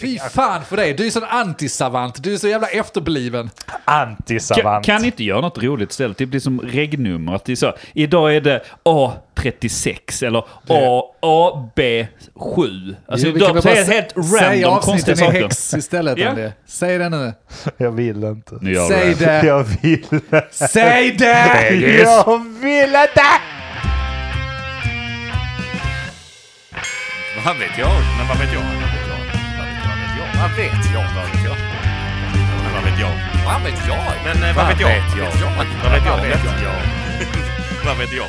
Fy fan för dig, du är sån antisavant, du är så jävla efterbliven. Kan, Antisavant. kan ni inte göra något roligt istället? Typ det är som regnummer. Att det är så, idag är det A36 eller A, AB7. Alltså, Jo, vi kan väl de bara säger sä- helt Säg random konstiga avsnitten i saker. Häx istället, Ja. André. Säg det nu. Jag vill inte. Nu gör Säg vi det. det. Jag vill inte. Säg det! Jag vill inte! Vad vet jag? Men vad vet jag? Vad vet jag? Vad vet jag? Vad vet jag? Men vad vet jag? Vad vet jag? Men eh, vad vet jag? Vad vet jag? Vad vet jag? Vad vet jag?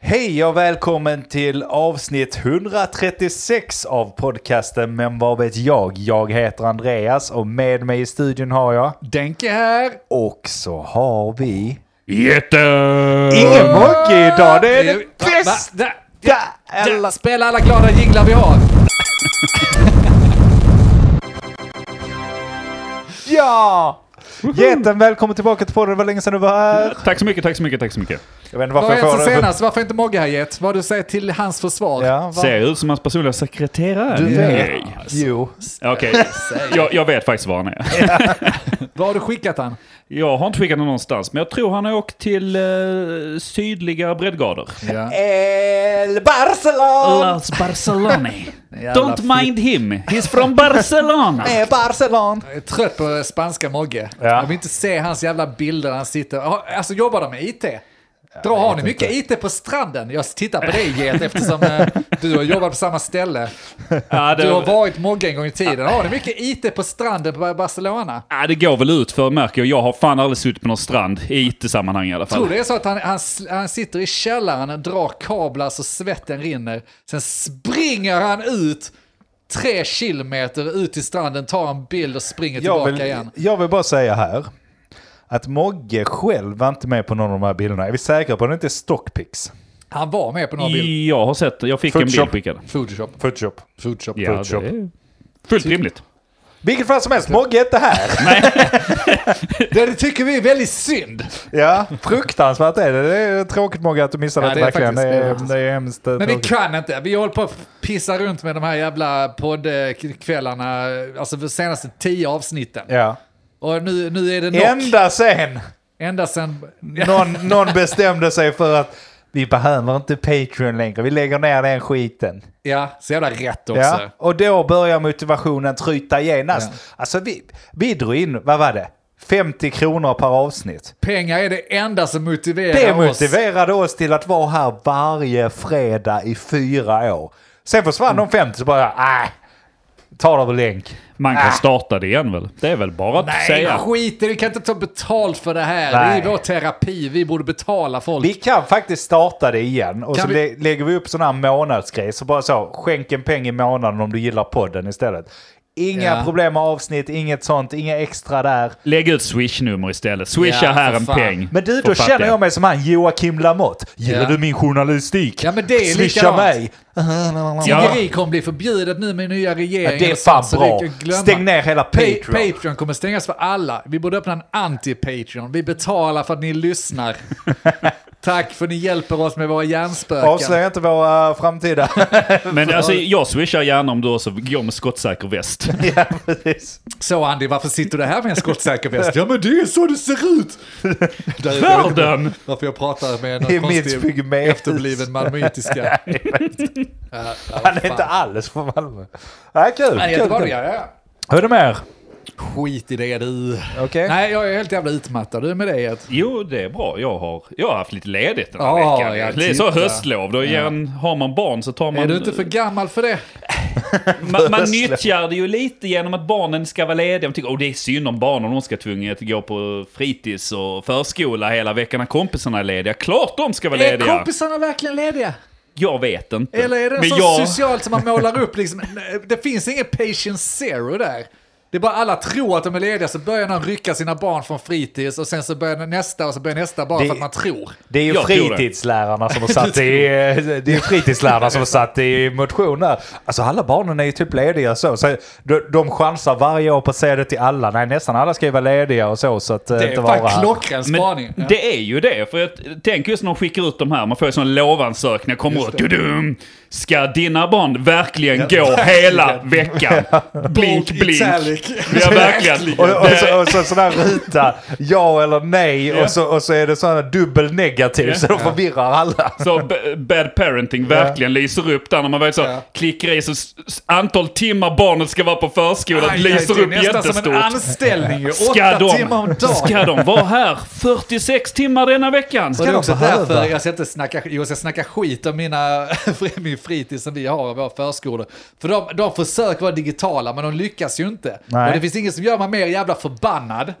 Hej och välkommen till avsnitt 136 av podcasten Men vad vet jag? Jag heter Andreas och med mig i studion har jag... Denke här. Och så har vi... Jätte! Ingen Mojke idag! Det är det Va- va- bästa! där- där- Spela alla glada jinglar vi har. Ja! Geten, välkommen tillbaka till podden. Det var länge sedan du var här. Tack så mycket, tack så mycket, tack så mycket. Jag vet inte Vad varför har jag hänt får sen det. senast? Varför är inte Mogge här gett? Vad har du säger till hans försvar? Ja, va? Ser jag ut som hans personliga sekreterare? Du vet. Nej. Jo. Okej, jag, jag vet faktiskt var han är. Vad har du skickat han? Jag har inte skickat honom någonstans, men jag tror han har åkt till eh, sydliga breddgrader. El Barcelona! Las Barcelona. Don't mind him, he's from Barcelona. El Barcelona! Jag är trött på spanska Mogge. Ja. Jag vill inte se hans jävla bilder när han sitter... Har- Alltså jobbar de med IT? Dra, har ni mycket IT på stranden? Jag tittar på dig Get eftersom eh, du har jobbat på samma ställe. Ja, Du har det, varit Mogge en gång i tiden. Har ni mycket IT på stranden på Barcelona? ja, det går väl ut för märker jag. Jag har fan aldrig suttit på någon strand i IT-sammanhang i alla fall. Tror det är så att han, han, han sitter i källaren, drar kablar så svetten rinner. Sen springer han ut tre kilometer ut till stranden, tar en bild och springer jag tillbaka vill, igen. Jag vill bara säga här. Att Mogge själv var inte med på någon av de här bilderna. Är vi säkra på att det inte är stockpics? Han var med på några bilder. Jag har sett, jag fick en bild Photoshop. skickad. Photoshop. Photoshop. Photoshop. Ja, det Photoshop. är Typ. fullt rimligt. Vilket fall som helst, Mogge är inte här. Det tycker vi är väldigt synd. ja, fruktansvärt är det. Det är tråkigt Mogge att du missade Ja, det det är verkligen. Det faktiskt- det är är, faktiskt- det är hemskt Men vi tråkigt. kan inte. Vi håller på att pissa runt med de här jävla poddkvällarna. Alltså de senaste tio avsnitten. Ja. Och nu, nu är det nog. Ända sen Ända sen... någon, någon bestämde sig för att vi behöver inte Patreon längre. Vi lägger ner den skiten. Ja, så jävla rätt också. Ja, och då börjar motivationen tryta genast. Ja. Alltså vi, vi drog in, vad var det? 50 kronor per avsnitt. Pengar är det enda som motiverar Det oss. motiverade oss till att vara här varje fredag i fyra år. Sen försvann de 50 så bara, nej, ta det över länk. Man kan starta det igen väl? Det är väl bara att Ah. Nej, säga. skit i det. Vi kan inte ta betalt för det här. Nej. Det är vår terapi. Vi borde betala folk. Vi kan faktiskt starta det igen och Kan så vi- lä- lägger vi upp sådana här månadsgrej. Så bara så, skänk en peng i månaden om du gillar podden istället. Inga Ja. problem med avsnitt, inget sånt, inga extra där. Lägg ut swishnummer istället. Swisha Ja, här för en fan. peng. Men du, för då känner fattiga. jag mig som han Joakim Lamotte. Gillar Ja. du min journalistik? Ja, men det är Swisha likadant. mig. Ja. Tiggeri kommer bli förbjudet nu med nya regeringen. Ja, det är och sånt, fan så bra. vi kan glömma. Stäng ner hela Pa- Patreon. Patreon kommer stängas för alla. Vi borde öppna en anti-Patreon. Vi betalar för att ni lyssnar. Tack för att ni hjälper oss med våra hjärnspöken. Avslöja inte våra framtida... Men alltså, jag swishar gärna om du också går med skottsäker väst. ja, precis. Så Andy, varför sitter du här med en skottsäker väst? ja men det är så det ser ut! Där, jag vet inte Världen! Varför jag pratar med någon I mitt konstig pygmé. efterbliven malmöitiska. Han är inte alls från Malmö. Ja, kul. Nej, kul, Göteborg, kul. ja, ja. Hur är det med er? Skit i det du. Okej. Nej, jag är helt jävla utmattad. Hur är det med dig? Ed? Jo, det är bra. Jag har, jag har haft lite ledigt den här Ja, veckan. jag det är så tittar. höstlov. Då igen, har man barn så tar man... Är du inte för gammal för det? man, man höstlov? nyttjar det ju lite genom att barnen ska vara lediga. Man tycker oh, det är synd om barnen. De ska tvunget gå på fritids och förskola hela veckan när kompisarna är lediga. Klart de ska vara Är lediga! kompisarna verkligen lediga? Jag vet inte. Eller är det Men så jag- socialt som man målar upp liksom? Det finns ingen patient zero där. Det är bara alla tror att de är lediga så börjar någon rycka sina barn från fritids och sen så börjar nästa och så börjar nästa bara Det- för att man tror. Det är ju Jag tror det. fritidslärarna som har satt i... eh, Det är fritidslärarna som har satt i motion där. Alltså alla barnen är ju typ lediga så. så de, de chansar varje år på att säga det till alla. Nej, nästan alla ska ju vara lediga och så. så att eh, Det inte är vara fan här. klockren spaning. Ja. Men det är ju det. För jag tänker just när de skickar ut de här, man får ju sådana lovansökningar, kommer ut, dudum, Ska dina barn verkligen gå hela veckan? Blink, Bold blink. italic. Ja, verkligen. Och, och, Det- så, och så sån där ruta, ja eller nej, och, så, och så är det sån här dubbel negativ så de förvirrar alla. Så b- bad parenting verkligen lyser upp där när man vet så klickar i så s- s- antal timmar barnet ska vara på förskolan Aj, aj, lyser det är upp nästan som en jättestort. anställning ju. Ska Åtta de, timmar om dagen. ska de vara här 46 timmar denna veckan? Och det är de också behöva? därför jag ska, inte snacka, jag ska snacka skit om mina, min fritid som vi har och våra förskolor. För de, de försöker vara digitala men de lyckas ju inte. Nej. Och det finns inget som gör mig mer jävla förbannad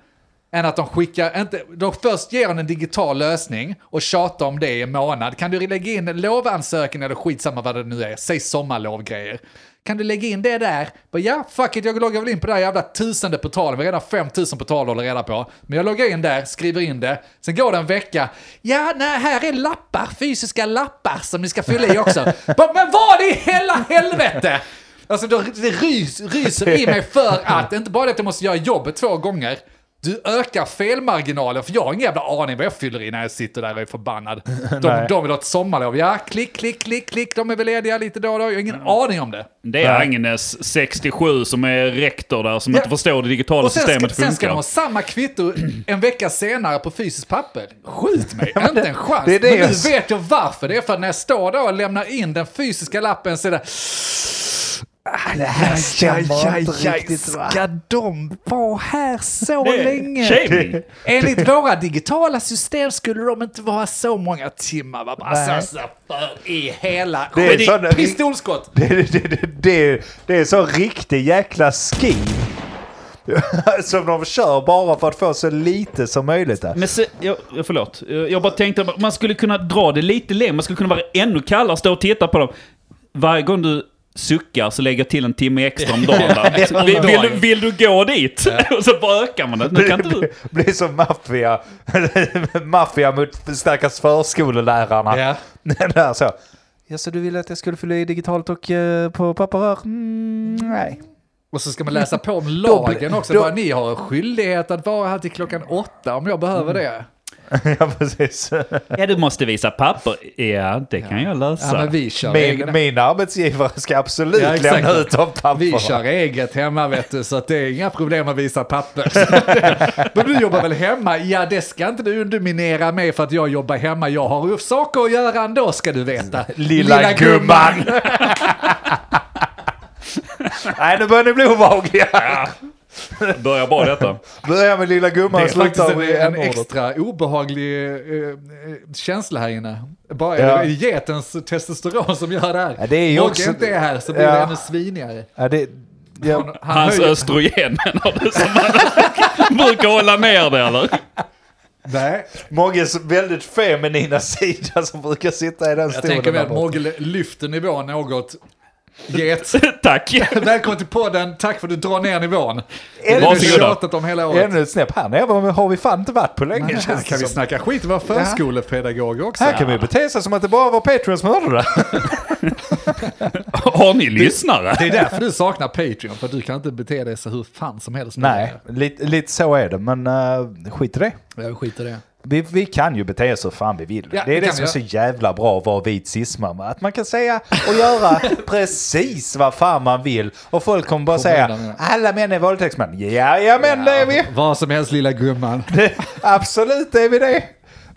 än att de skickar, inte, de först ger en digital lösning och tjatar om det i en månad. Kan du lägga in en lovansökan eller skitsamma vad det nu är, säg sommarlovgrejer. Kan du lägga in det där? Bara, ja, fuck it, jag loggar väl in på det här jävla tusende portalen. Vi har redan 5000 portaler att hålla reda på. Men jag loggar in där, skriver in det. Sen går det en vecka. Ja, nej, här är lappar, fysiska lappar som ni ska fylla i också. Bara, men vad i hela helvete! Alltså då, det rys, ryser i mig för att, inte bara att jag måste göra jobbet två gånger, du ökar felmarginalen, för jag har ingen jävla aning vad jag fyller i när jag sitter där och är förbannad. De, de vill ha ett sommarlov. Ja, klick, klick, klick, klick. De är väl lediga lite då och då. Jag har ingen aning om det. Det är Agnes, 67, som är rektor där, som Ja. inte förstår det digitala Och sen ska, systemet sen ska de ha funkar. samma kvitto en vecka senare på fysiskt papper. Skjut mig, inte en chans. det är det men jag- nu vet jag varför. Det är för att när jag står där och lämnar in den fysiska lappen så är det... Det här Ah, stämmer inte riktigt, va? Ska de vara här så Det är länge? shaming. Enligt våra digitala system skulle de inte vara så många timmar. Va? Alltså, alltså, för i hela... Det är Skit i- sån- Pistolskott! Det, det, det, det, det, det är så riktig jäkla skin. Som de kör bara för att få så lite som möjligt. Där. Men se, jag, jag- förlåt, jag jag bara tänkte att man skulle kunna dra det lite längre, man skulle kunna vara ännu kallare, stå och titta på dem. Varje gång du suckar så lägger jag till en timme extra om dagen. där. Vill, vill, du- vill du gå dit? Och så bara ökar man det. Nu kan inte du... Blir, blir som maffia. maffia mot stackars förskolelärarna. Ja. Det där så. Ja, så du ville att jag skulle fylla i digitalt och eh, på papperrör? Mm, nej. Och så ska man läsa på om Då blir- lagen också. då- Bara, ni har en skyldighet att vara här till klockan åtta om jag behöver Mm. det. ja, precis. Ja, du måste visa papper. Ja, det kan jag Ja, lösa. men vi kör Min, egna. min arbetsgivare ska absolut Ja, exakt. lämna ut de Vi papperna. kör eget hemma vet du, så att det är inga problem att visa papper. Men du jobbar väl hemma? Ja, det ska inte du underminera mig för att jag jobbar hemma. Jag har ju saker att göra ändå ska du veta. Lilla, gumman! Nej, nu börjar ni bli obehagliga. Börja bara detta. Börja med lilla gumman Det är och faktiskt sluta en, med en n-ordet. extra obehaglig eh, eh, känsla här inne. Bara Ja. ja. getens testosteron som gör det här. Ja, det är ju Mogge också- inte är här så blir Ja. det ännu svinigare. Ja, det, ja, Han, han Hans höjer- östrogen menar du, som han brukar hålla ner det eller? Nej, Mogges väldigt feminina sida som brukar sitta i den jag stolen. tänker där väl att borta. Mogge lyfter nivån något. Get. Tack. Välkommen till podden, tack för att du drar ner nivån. Det är det vi Varsågoda. tjatat om hela året. Ännu ett snäpp. Här nere har vi fan inte varit på länge. känns Här det kan vi som. snacka skit om våra förskolepedagoger också. här kan vi bete sig som att det bara var Patreon som hörde det. Har ni lyssnare? Det är därför du saknar Patreon, för du kan inte bete dig så hur fan som helst. nu. Nej, lite, lite så är det. Men eh, skit i det. Jag skiter i det. Vi, vi kan ju bete oss hur fan vi vill. Ja, det det är det kan som vi är så jävla bra att vara vit cismamma. Att man kan säga och göra precis vad fan man vill. Och folk kommer bara undan med säga det. alla män är våldtäktsmän. Ja, ja men det är vi. Vad som helst lilla gumman. Absolut är vi det.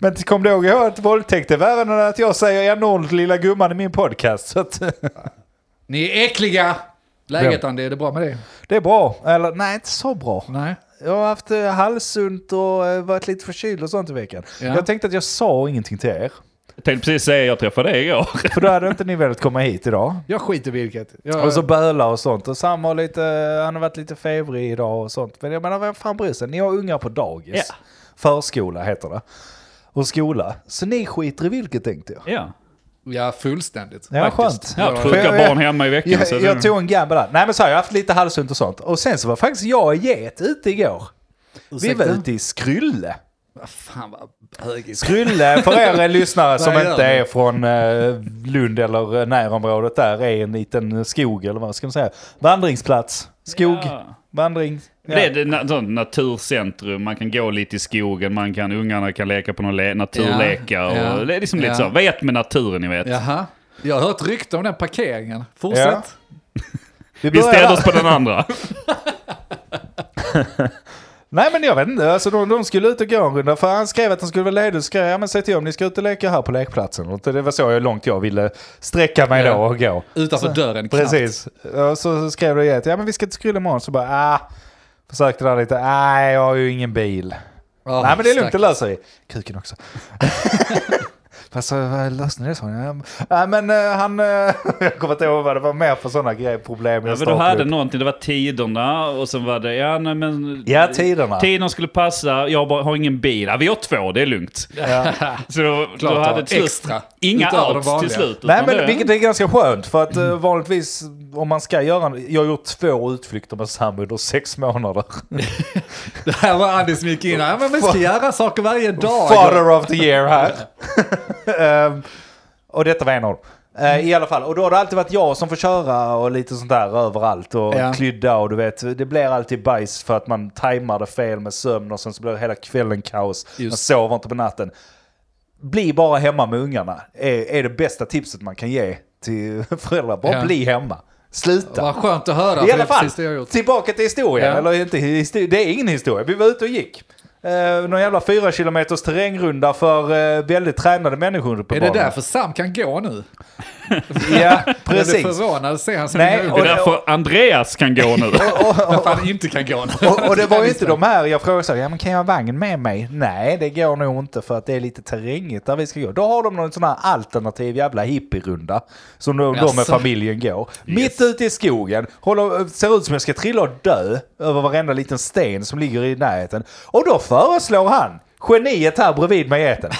Men kom då ihåg att våldtäkt är värre än att jag säger enormt lilla gumman i min podcast. Så att, Ni är äckliga! Läget Andy, är det bra med det? det är bra. Eller nej, inte så bra. Nej. Jag har haft eh, halsont och eh, varit lite förkyld och sånt i veckan. Ja. Jag tänkte att jag sa ingenting till er. Jag tänkte precis säga, jag träffade dig igår. För då hade inte ni velat komma hit idag. Jag skiter i vilket. Jag, Och så böla och sånt. Och Sam har lite, han har varit lite febrig idag och sånt. Men jag menar, vem fan bryr sig? Ni har ungar på dagis. Ja. Förskola heter det. Och skola. Så ni skiter i vilket tänkte jag. Ja. ja, fullständigt. Ja, faktiskt. skönt. Jag har haft För sjuka jag- jag- barn hemma i veckan. så Jag, det- jag tog en gamble där. Nej men så här, jag har haft lite halsont och sånt. Och sen så var faktiskt jag och get ute igår. Vi Ursäkta? var ute i Skrylle. Vad Fan vad högis. Skrylle, för er lyssnare som Vad gör inte ni? är från eh, Lund eller närområdet där, är en liten skog eller vad ska man säga? Vandringsplats. Skog. Ja. Vandring. Ja. Det är ett na- sånt naturcentrum, man kan gå lite i skogen, man kan, ungarna kan leka på några le- naturlekar. Ja. Och det är liksom Ja. lite så, vet med naturen ni vet. Jaha. Jag har hört rykte om den parkeringen. Fortsätt. Vi Vi börjar ställer där. oss på den andra. Nej men jag vet inte, alltså de, de skulle ut och gå en runda. För han skrev att han skulle vara ledig, så skrev jag, ja men säg till om ni ska ut och leka här på lekplatsen. Och det var så jag- långt jag ville sträcka mig Ja. då och gå. Utanför dörren knappt. Precis. Och så skrev du igen, ja men vi ska till Skrull imorgon. Så bara, ah. Försökte där lite, nej jag har ju ingen bil. Ja, nej men det är lugnt, det stackars. löser vi. Kuken också. Fast så, vad löste ni det sa ni? Ja, Nej men eh, han, eh, jag kommer inte ihåg vad det var mer för sådana grejer, problem Ja, jag men du staplade hade upp. någonting, det var tiderna och sen var det, ja nej men... Ja, tiderna. Tiderna skulle passa, jag bara, har ingen bil. Ja, vi har två, det är lugnt. Så då, då Klart, hade ja. till slut, Extra. Inga Utöver de outs till vanliga. slut. Nej utan men det- vilket är ganska skönt för att eh, vanligtvis om man ska göra en, jag har gjort två utflykter med Sam under sex månader. Det här var Andy som gick in. Ja, men vi ska göra saker varje dag. Father of the year här. Ehm, och detta var en av dem. Eh, I alla fall, och då har det alltid varit jag som får köra och lite sånt där överallt och Ja. klydda och du vet, det blir alltid bajs för att man tajmar det fel med sömn och sen så blir hela kvällen kaos. Man Just. sover inte på natten. Bli bara hemma med ungarna, är, är det bästa tipset man kan ge till föräldrar. Bara Ja. bli hemma. Sluta. Vad skönt att höra. I för alla det är fall, precis det jag har gjort. tillbaka till historien. Ja. Eller inte histori- det är ingen historia. Vi var ute och gick. Eh, någon jävla fyra kilometers terrängrunda för eh, väldigt tränade människor på Är det därför Sam kan gå nu? Ja, Jag precis. blev förvånad att se hans Nej, egna ord. Det är därför Andreas kan gå nu. Att han inte kan gå nu. Och, och det var ju inte de här, jag frågade så här, ja men kan jag ha vagn med mig? Nej, det går nog inte för att det är lite terrängigt där vi ska gå. Då har de någon sån här alternativ jävla hippierunda som de, de med Jaså? familjen går. Mitt ute i skogen, håller, ser ut som jag ska trilla och dö över varenda liten sten som ligger i närheten. Och då föreslår han, geniet här bredvid mig i etern,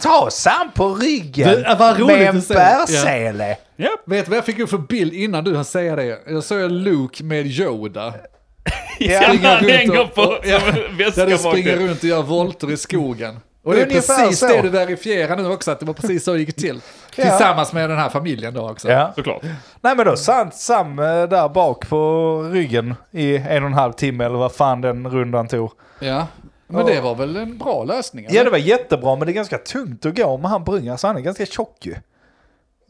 ta Sam på ryggen Du, vad roligt med en du säger. Ja. bärsele. ja. Vet du vad jag fick upp för bild innan du hann säga det? Jag såg Luke med Yoda. Ja, springer runt den går och- på och- ja, väska Där du bak springer där. runt och gör volter i skogen. Och det är Ungefär precis så. det du verifierar nu också, att det var precis så det gick till. Tillsammans med den här familjen då också. Ja. Såklart. Nej men då sant Sam eh, där bak på ryggen i en och en halv timme eller vad fan den rundan tog. Ja. Men det var väl en bra lösning? eller? Ja det var jättebra men det är ganska tungt att gå med han på ryggen. Alltså han är ganska tjock ju.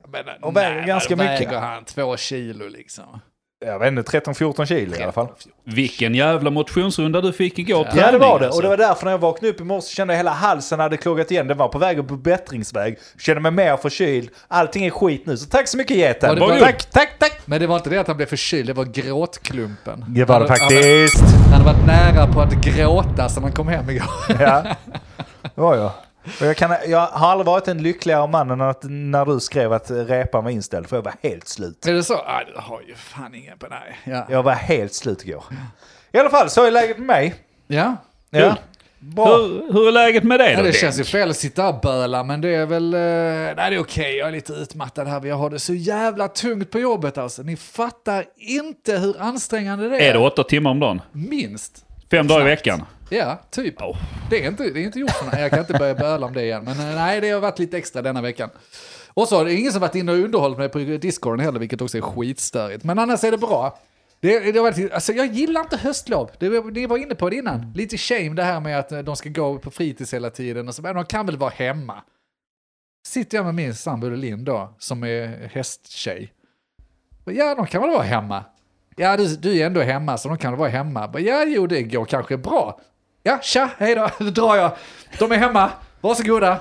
Men, Och väger ganska vad mycket. väger han? Två kilo liksom. Jag vet inte, 13-14 kilo i alla fall. Vilken jävla motionsrunda du fick igår. på Ja det träning, var det. alltså. Och det var därför när jag vaknade upp i morse kände jag hela halsen hade kloggat igen. Den var på väg upp på bättringsväg. Kände mig mer förkyld. Allting är skit nu. Så tack så mycket Ja, geten. det var- Tack, tack, tack. Men det var inte det att han blev förkyld, det var gråtklumpen. Det var det Han- faktiskt. Han hade varit nära på att gråta sen han kom hem igår. Ja, det var jag. Och jag, kan, jag har aldrig varit en lyckligare man än att, när du skrev att repan var inställd, för jag var helt slut. Är det så? Ah, du har ju fan ingen på dig. Ja. Jag var helt slut igår. I alla fall, så är läget med mig. ja. Ja. Bra. Hur, hur är läget med dig då? Ja, det Dan? känns ju fel att sitta och böla, men det är väl... eh, Nej, det är okej. Jag är lite utmattad här. men Jag har det så jävla tungt på jobbet alltså. Ni fattar inte hur ansträngande det är. Är det åtta timmar om dagen? Minst. Fem dagar i veckan? Ja, typ. Det, är inte, det är inte gjort för mig. Jag kan inte börja böla om det igen. Men eh, nej, det har varit lite extra denna veckan. Och så har det ingen som varit inne och underhållit mig på Discorden heller, vilket också är skitstörigt. Men annars är det bra. Det, det har varit, alltså jag gillar inte höstlov. Det, var- ni var inne på det innan. Lite shame det här med att eh, de ska gå på fritids hela tiden. Och så, men de kan väl vara hemma. Sitter jag med min sambo Linn då, som är hästtjej. Och Ja, de kan väl vara hemma. Ja, du, du är ändå hemma, så de kan väl vara hemma. Bara, Ja, jo, det går kanske bra. Ja, tja, hej då, nu drar jag. De är hemma, varsågoda.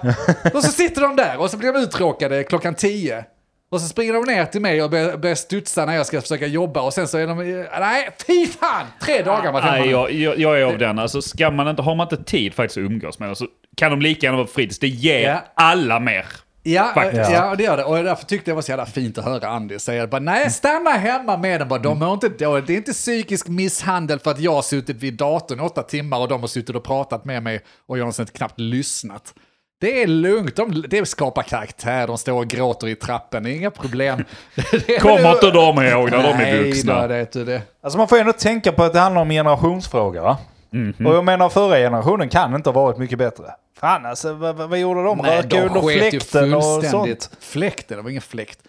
Och så sitter de där och så blir de uttråkade klockan tio. Och så springer de ner till mig och börjar, börjar studsa när jag ska försöka jobba och sen så är de... eh, Nej, fy fan! Tre dagar var hemma. Nej, jag, jag, jag är av den. Alltså, ska man inte, har man inte tid faktiskt att umgås med dem så kan de lika gärna vara på fritids. Det ger Ja. alla mer. Ja, eh, Faktiskt. ja, det gör det. Och därför tyckte jag det var så jävla fint att höra Andy säga bara, nej, stanna hemma med den. Bara, de Mm. mår inte dåligt. Det är inte psykisk misshandel för att jag har suttit vid datorn i åtta timmar och de har suttit och pratat med mig och jag har sen knappt lyssnat. Det är lugnt, de, det skapar karaktär, de står och gråter i trappen, det är inga problem. Det är- Kommer inte de ihåg när de är Nej, då, vuxna? det, du, det. Alltså man får ändå tänka på att det handlar om generationsfrågor. Va? Mhm. Och jag menar förra generationen kan inte ha varit mycket bättre. Fan alltså, vad, vad vad gjorde de? Nej, Röka under sket ju fläkten och fullständigt. sånt. Fläkten, det var ingen fläkt.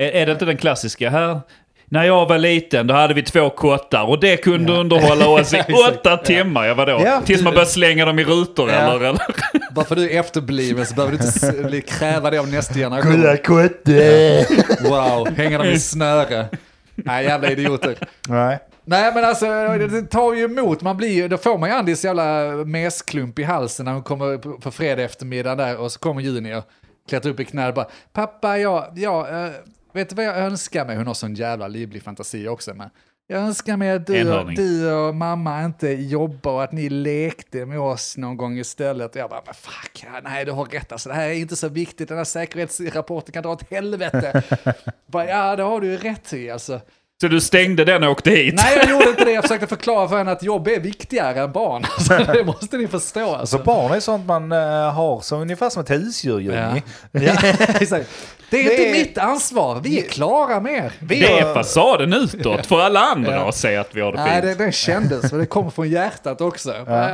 Är, är det inte den klassiska här? När jag var liten då hade vi två kottar och det kunde underhålla oss i åtta timmar. Ja, vadå? Ja. Tills man började slänga dem i rutor eller? eller? Bara för du är efterbliven så behöver du inte s- li- kräva det av nästa generation. kotte! Wow, hänger de i snöre. Nej, jävla idioter. Nej. Nej men alltså det tar ju emot, man blir, ju- då får man ju Andis jävla mesklump i halsen när hon kommer på- på fredag eftermiddag där och så kommer Junior, klättrar upp i knät och bara pappa jag, jag, eh, vet du vad jag önskar mig? Hon har sån jävla livlig fantasi också men. Jag önskar mig att du och, Enhörning. du och mamma inte jobbar och att ni lekte med oss någon gång istället. Och jag bara, men fuck, ja, nej du har rätt alltså, det här är inte så viktigt, den här säkerhetsrapporten kan dra åt helvete. bara, ja det har du ju rätt i alltså. Så du stängde den och åkte hit? Nej, jag gjorde inte det. Jag försökte förklara för henne att jobb är viktigare än barn. Alltså, det måste ni förstå. Alltså Alltså. barn är sånt man eh, har som ungefär som ett husdjur ju. Ja. Ja. Exakt. Det är Det inte är- mitt ansvar. Vi är klara med er. Vi... Det är fasaden utåt för alla andra att säga att vi har det Nej, fint. det, det kändes, men det kom från hjärtat också. Ja.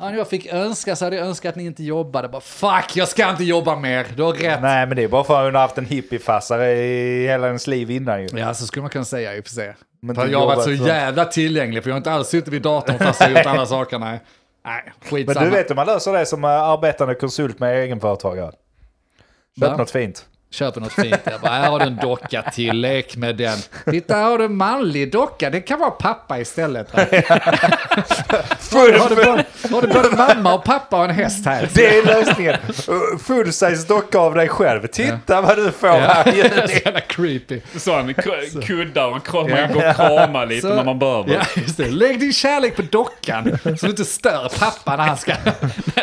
när jag fick önska så hade jag önskat att ni inte jobbade. Bara, Fuck, jag ska inte jobba mer. Du har rätt. Nej men det är bara för att hon har haft en hippiefassare i hela ens liv innan ju. Ja, så skulle man kunna säga i och för sig. Men För du jag har varit så jobbat så. jävla tillgänglig, för jag har inte alls suttit vid datorn fast jag har gjort alla saker. Nej, Nej Men skitsamma. du vet hur man löser det som eh, arbetande konsult med egenföretagare? Va? Köp något fint. köper något fint. Jag bara, här har du en docka till, lek med den. Titta, här har du en manlig docka, det kan vara pappa istället. Här har du både, har du både mamma och pappa och en häst här. Det är lösningen. Uh, Full size docka av dig själv. Titta vad du får här. Det är så jävla creepy. Så han k- kuddar och kram, man går och kramar lite Så- när man behöver. Ja, just det. Lägg din kärlek på dockan så du inte stör pappa när han ska...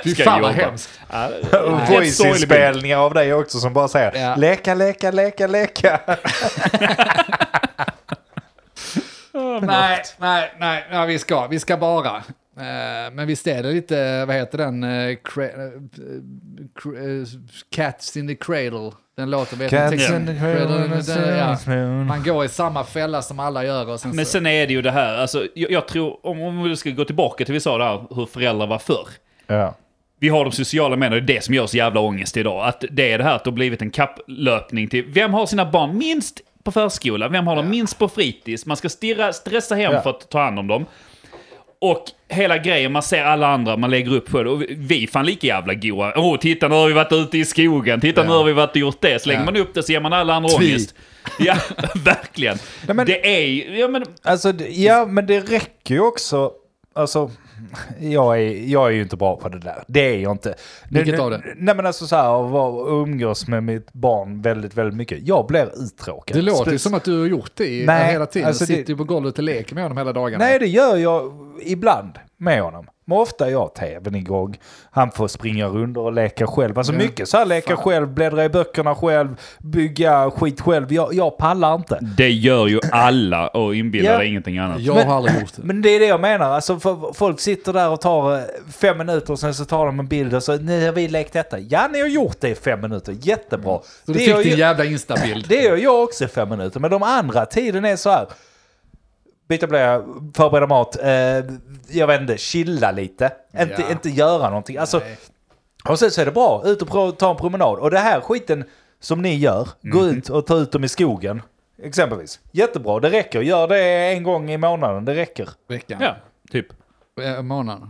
Fy Ska fan vad jobba. hemskt. Och Helt sorglig Voice-inspelningar av dig också som bara säger Ja. leka, leka, leka, leka. Nej, nej, nej, ja, vi ska, vi ska bara. Eh, Men visst är det lite, vad heter den, eh, cra- eh, cra- eh, Cats in the Cradle, den låten, vet ni texten? Den- ja. Man går i samma fälla som alla gör och sen Men så... sen är det ju det här, alltså, jag, jag tror, om, om vi ska gå tillbaka till vi sa det här, hur föräldrar var förr. Ja. Vi har de sociala medierna, det är det som gör oss jävla ångest idag. Att det är det här att det har blivit en kapplöpning till, vem har sina barn minst på förskola? Vem har dem minst på fritids? Man ska stirra, stressa hem Ja. för att ta hand om dem. Och hela grejen, man ser alla andra, man lägger upp själv. Och vi- vi är fan lika jävla goa. Åh, oh, titta nu har vi varit ute i skogen. Titta nu har vi varit och gjort det. Slänger Ja. man upp det så ger man alla andra Tvi. ångest. Ja, verkligen. Nej, men- det är ju- ja, men Alltså, det- ja, men det räcker ju också. Alltså, jag är, jag är ju inte bra på det där. Det är jag inte. Nu- Vilket nu- av det? Nej, men alltså så här, att vara- att umgås med mitt barn väldigt, väldigt mycket. Jag blir uttråkad. Det låter ju Spe- som att du har gjort det i, Nej, hela tiden. alltså det- sitter ju på golvet och leker med honom hela dagarna. Nej, det gör jag ibland med honom. Men ofta är jag tvn igång. Han får springa runt och leka själv. Alltså mycket så här, leka själv, bläddra i böckerna själv, bygga skit själv. Jag, jag pallar inte. det gör ju alla och inbillar Ja. dig ingenting annat. jag Men- har aldrig gjort det. Typ. Men det är det jag menar. Alltså, för- folk sitter där och tar eh, fem minuter och sen så tar de en bild och så nu har vi lekt detta. Ja, ni har gjort det i fem minuter. Jättebra. Mm. Så du det, fick gör din jag, jävla instabild. det gör jag också i fem minuter. Men de andra tiden är så här. Byta blöja, förbereda mat, eh, jag vet inte, chilla lite. Inte, Ja. inte göra någonting. Alltså, Nej. och sen så är det bra, ut och pro- ta en promenad. Och det här skiten som ni gör, gå Mm. ut och ta ut dem i skogen. Exempelvis. Jättebra, det räcker. Gör det en gång i månaden, det räcker. Veckan. Ja, typ. Eh, Månaden.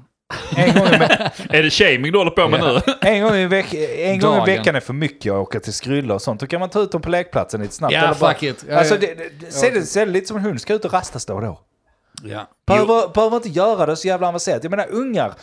En gång i, ve- Är det shaming du håller på med nu? en gång i, veck, en gång Dagen. i veckan är för mycket att åka till Skrylla och sånt. Då kan man ta ut dem på lekplatsen lite snabbt. Ja, eller bara- fuck it. Ja, alltså, ja. det, det, se, det, se det lite som en hund, ska ut och rastas då och då. Ja. Behöver, behöver inte göra det så jävla avancerat. Jag menar ungar,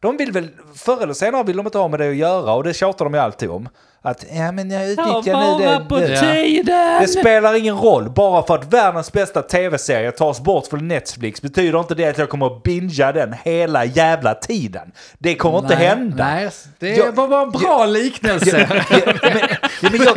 de vill väl, förr eller senare vill de inte ha med det att göra och det tjatar de ju alltid om. Att ja men jag utnyttjar nu det. det. Ja. tiden! Det spelar ingen roll, bara för att världens bästa tv-serie tas bort från Netflix betyder inte det att jag kommer att bingea den hela jävla tiden. Det kommer inte Nej, hända. Nej, alltså, det Jag- var bara en bra liknelse. Ja, men, ja, men jag,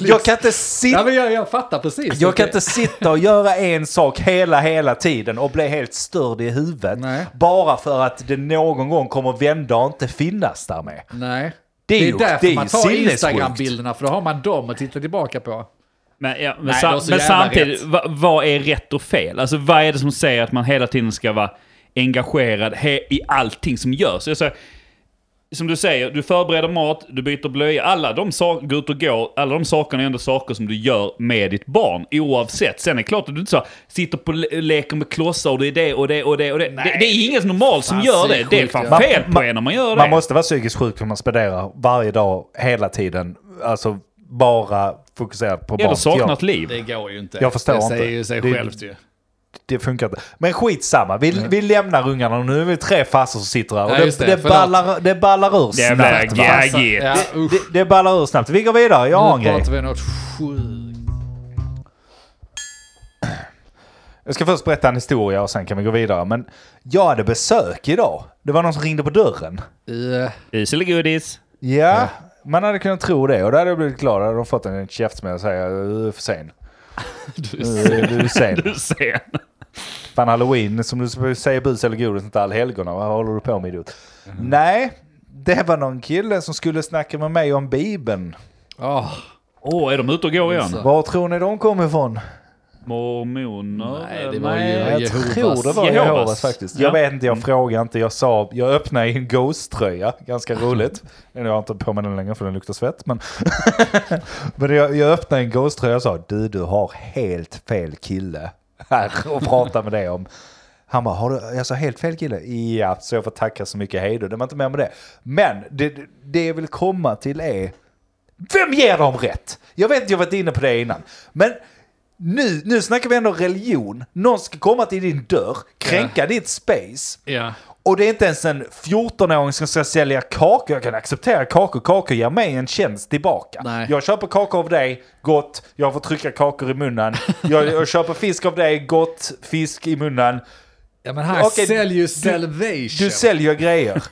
jag, kan inte ja, sitta, men jag, jag fattar precis. jag kan inte sitta och göra en sak hela, hela tiden och bli helt störd i huvudet. Nej. Bara för att det någon gång kommer vända och inte finnas där med. Nej. Det är Det är ju- därför det är man ju tar sinnessjukt. Instagram-bilderna, för då har man dem att titta tillbaka på. Men, ja, men, Nej, sam- det var så jävla men samtidigt, rätt. va, vad är rätt och fel? Alltså vad är det som säger att man hela tiden ska vara engagerad he- i allting som görs? Jag säger, som du säger, du förbereder mat, du byter blöja. Alla de saker, går ut och går, alla de sakerna är ändå saker som du gör med ditt barn. Oavsett. Sen är det klart att du inte så, sitter på le- leker med klossar och det är det och det och det och det. det, det är ingen normal som gör det. sjukt, Det är fan ja. fel på Man- en om man gör det. Man måste vara psykiskt sjuk om man spenderar varje dag, hela tiden, alltså bara fokuserad på Eller barn. saknar ett Jag, liv. Det går ju inte. Jag förstår det inte. säger ju sig Det- självt ju. det funkar inte. Men skitsamma, vi, vi lämnar ungarna och nu är vi tre farsor som sitter här. Och Ja, det, just det, det, förlåt. ballar, det ballar ur Jävla snabbt. va? jävla- Farsan- git. Ja, usch. Det, det ballar ur snabbt. Vi går vidare, jag har en Nu grej. pratar vi något sjukt. Jag ska först berätta en historia och sen kan vi gå vidare. Men jag hade besök idag. Det var någon som ringde på dörren. Ja. Is eller godis? Ja, man hade kunnat tro det. Och då hade jag blivit glad. Då hade de fått en käftsmäll och säga du är för sen. Du är sen. Du ser. Fan halloween, som du säger bus eller godis, inte allhelgona. Vad håller du på med idiot? Nej, det var någon kille som skulle snacka med mig om Bibeln. Åh, Åh, är de ute och går igen? Så. Var tror ni de kom ifrån? Mormoner? Nej, det var Nej. ju Jag Jehovas. tror det var Jehovas. Jehovas, faktiskt. Ja. Jag vet inte, jag frågade inte. Jag sa, jag öppnade i en Ghost-tröja. Ganska roligt. Jag har inte på mig den längre för den luktar svett. Men, men jag, jag öppnade i en Ghost-tröja och sa, du, du har helt fel kille här och prata med dig om. Han bara, har du, jag sa helt fel kille? Ja, så jag får tacka så mycket, hej då. Det var inte mer med det. Men det, det jag vill komma till är, vem ger dem rätt? Jag vet inte, jag har varit inne på det innan. Men nu, nu snackar vi ändå religion. Någon ska komma till din dörr, kränka ditt space. Ja. Och det är inte ens en 14-åring som ska sälja kakor. Jag kan acceptera kakor. Kakor ger mig en tjänst tillbaka. Nej. Jag köper kakor av dig, gott. Jag får trycka kakor i munnen. jag, jag köper fisk av dig, gott. Fisk i munnen. ja, men han Okej, säljer ju du- Salvation. Du säljer grejer.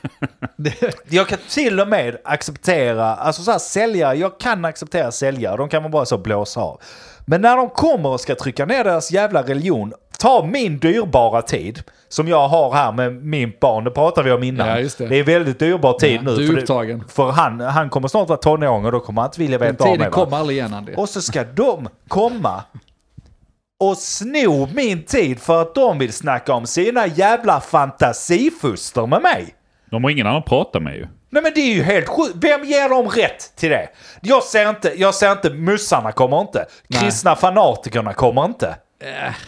jag kan till och med acceptera, alltså så här säljare, jag kan acceptera säljare, de kan man bara så blåsa av. Men när de kommer och ska trycka ner deras jävla religion, ta min dyrbara tid, som jag har här med min barn, det pratade vi om innan. Ja, just det. är väldigt dyrbar tid Ja, nu. du är för det- upptagen. För han, han kommer snart vara tonåring och då kommer han inte vilja Den veta av mig. tiden va? kommer aldrig igen, Andy. Och så ska de komma och sno min tid för att de vill snacka om sina jävla fantasifuster med mig. De har ingen annan att prata med ju. Nej men det är ju helt sjukt. Vem ger dem rätt till det? Jag ser inte, jag ser inte, mussarna kommer inte. Kristna fanatikerna kommer inte. Jehovas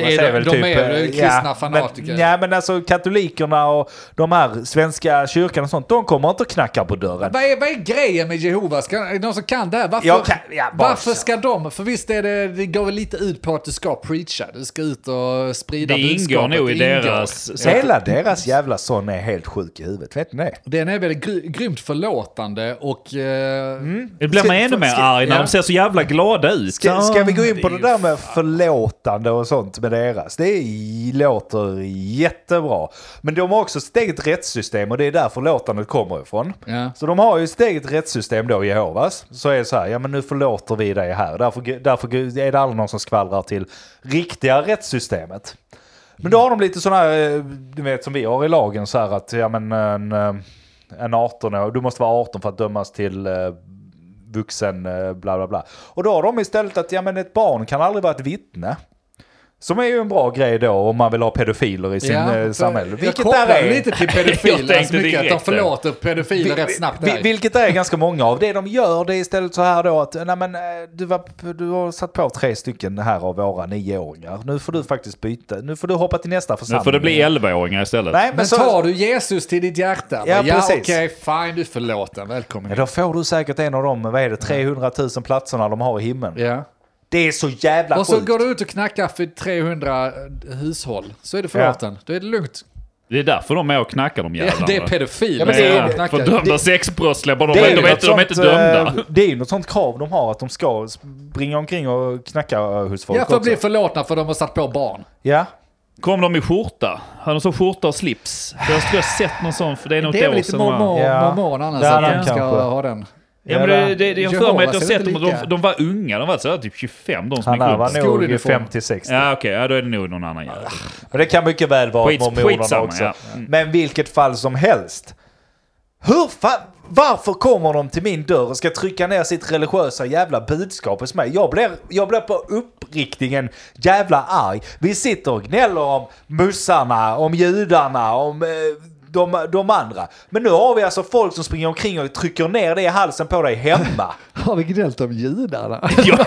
Eh, Det är är, de- väl de typ... är väl eh, kristna men- fanatiker. Nej men alltså katolikerna och de här svenska kyrkan och sånt, de kommer inte och knacka på dörren. Vad är, vad är grejen med Jehovas? Kan, är det någon som kan det här? Varför, Jag kan- ja, bara varför så. ska de? För visst är det, det går väl lite ut på att du ska preacha. Du ska ut och sprida Det ingår budskapet. nog i Det ingår. deras... Så Hela deras jävla sån är helt sjuk i huvudet, vet ni det? Den är väldigt gry, grymt förlåtande och... eh, Mm. det blir man ännu mer ska- arg när ja. de ser så jävla glada ut. Ska, ska vi gå in på det det är där med förlåtande och sånt med deras? Det är- låter jättebra. Men de har också sitt eget rättssystem och det är där förlåtandet kommer ifrån. Ja. Så de har ju sitt eget rättssystem då, Jehovas. Så är det så här, ja men nu förlåter vi dig här. Därför, därför är det aldrig någon som skvallrar till riktiga rättssystemet. Men då har de lite sådana här, eh, du vet som vi har i lagen så här att, ja men en, eh, en 18 du måste vara 18 för att dömas till eh, vuxen eh, bla bla bla. Och då har de istället att, ja men ett barn kan aldrig vara ett vittne. Som är ju en bra grej då om man vill ha pedofiler i sin ja, eh, för- samhälle. Jag Vilket där kopplar är... lite till Jag pedofiler. så tänkte mycket att de direkt det. förlåter pedofiler rätt snabbt Vi- där. Vilket är ganska många av. Det de gör det är istället så här då att nej men, eh, du, var, du har satt på tre stycken här av våra nioåringar. Nu får du faktiskt byta. Nu får du hoppa till nästa Nu församling. får det bli 11-åringar istället. Nej, men, Men så, tar du Jesus till ditt hjärta? Ja, Ja, ja okej, precis. fine, du är förlåten. Välkommen. Ja, Då får du säkert en av de, vad är det, 300 000 platserna de har i himlen. Ja. Det är så jävla Och så sjukt. går du ut och knackar för 300 hushåll, så är det förlåten. Då är det lugnt. Det är därför de är och knackar de Ja, jävlarna. det är pedofiler Ja, men det är- som Ja, knackar. för dömda sexbrottslingar, bara de, Det är de, ju de, är något inte- de är inte sånt, eh, dömda. Det är ju något sånt krav de har att de ska springa omkring och knacka eh, hos folk Ja, för att också. bli förlåtna för de har satt på barn. Ja, Kom de i skjorta? Hade de så skjorta och slips? För jag tror jag sett någon sån, för det är något Det är år väl lite sedan. va? mormon, Ja. mormon annars Ja, att de de ska kanske. ha den. Ja, men det, det, det, jag har för mig att jag har Jehovas är sett väl dem, inte de, lika. de var unga. De var så här typ 25, de som han gick här var runt. nog Skoluniform. 50-60. Ja, okej. Ja, då är det nog någon annan jävel. Och det kan mycket väl vara Skits- mormonerna skitsamma, också. ja. Mm. Men vilket fall som helst. Hur fan, varför kommer de till min dörr och ska trycka ner sitt religiösa jävla budskap hos mig? Jag blir, jag blir på uppriktningen jävla arg. Vi sitter och gnäller om mussarna, om judarna, om eh, de, de andra. Men nu har vi alltså folk som springer omkring och trycker ner det i halsen på dig hemma. Har vi gnällt om judarna? Jag,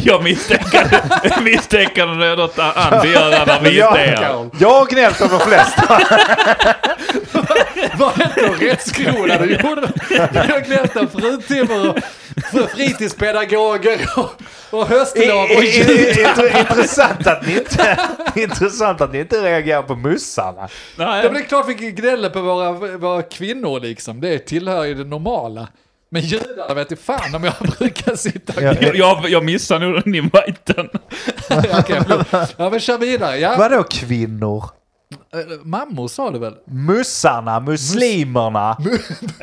jag misstänker, misstänker när det är något Andy gör när vi Jag, är jag har gnällt om de flesta. Var det inte rättsskolade du gjorde? Jag gnällt om fruntimmer och fr- fritidspedagoger och, och höstlov och I- i- jul. i- int- intressant, att ni inte, intressant att ni inte reagerar på mussarna. Ja, men det är klart vi gnäller på våra, våra kvinnor liksom. Det tillhör ju det normala. Men judar vet inte fan om jag brukar sitta och Jag, jag, jag missar nog den inviten. gnälla. Okej, förlåt. Ja men kör vidare. Ja, Vadå kvinnor? eh, mammor sa du väl? Mussarna, muslimerna.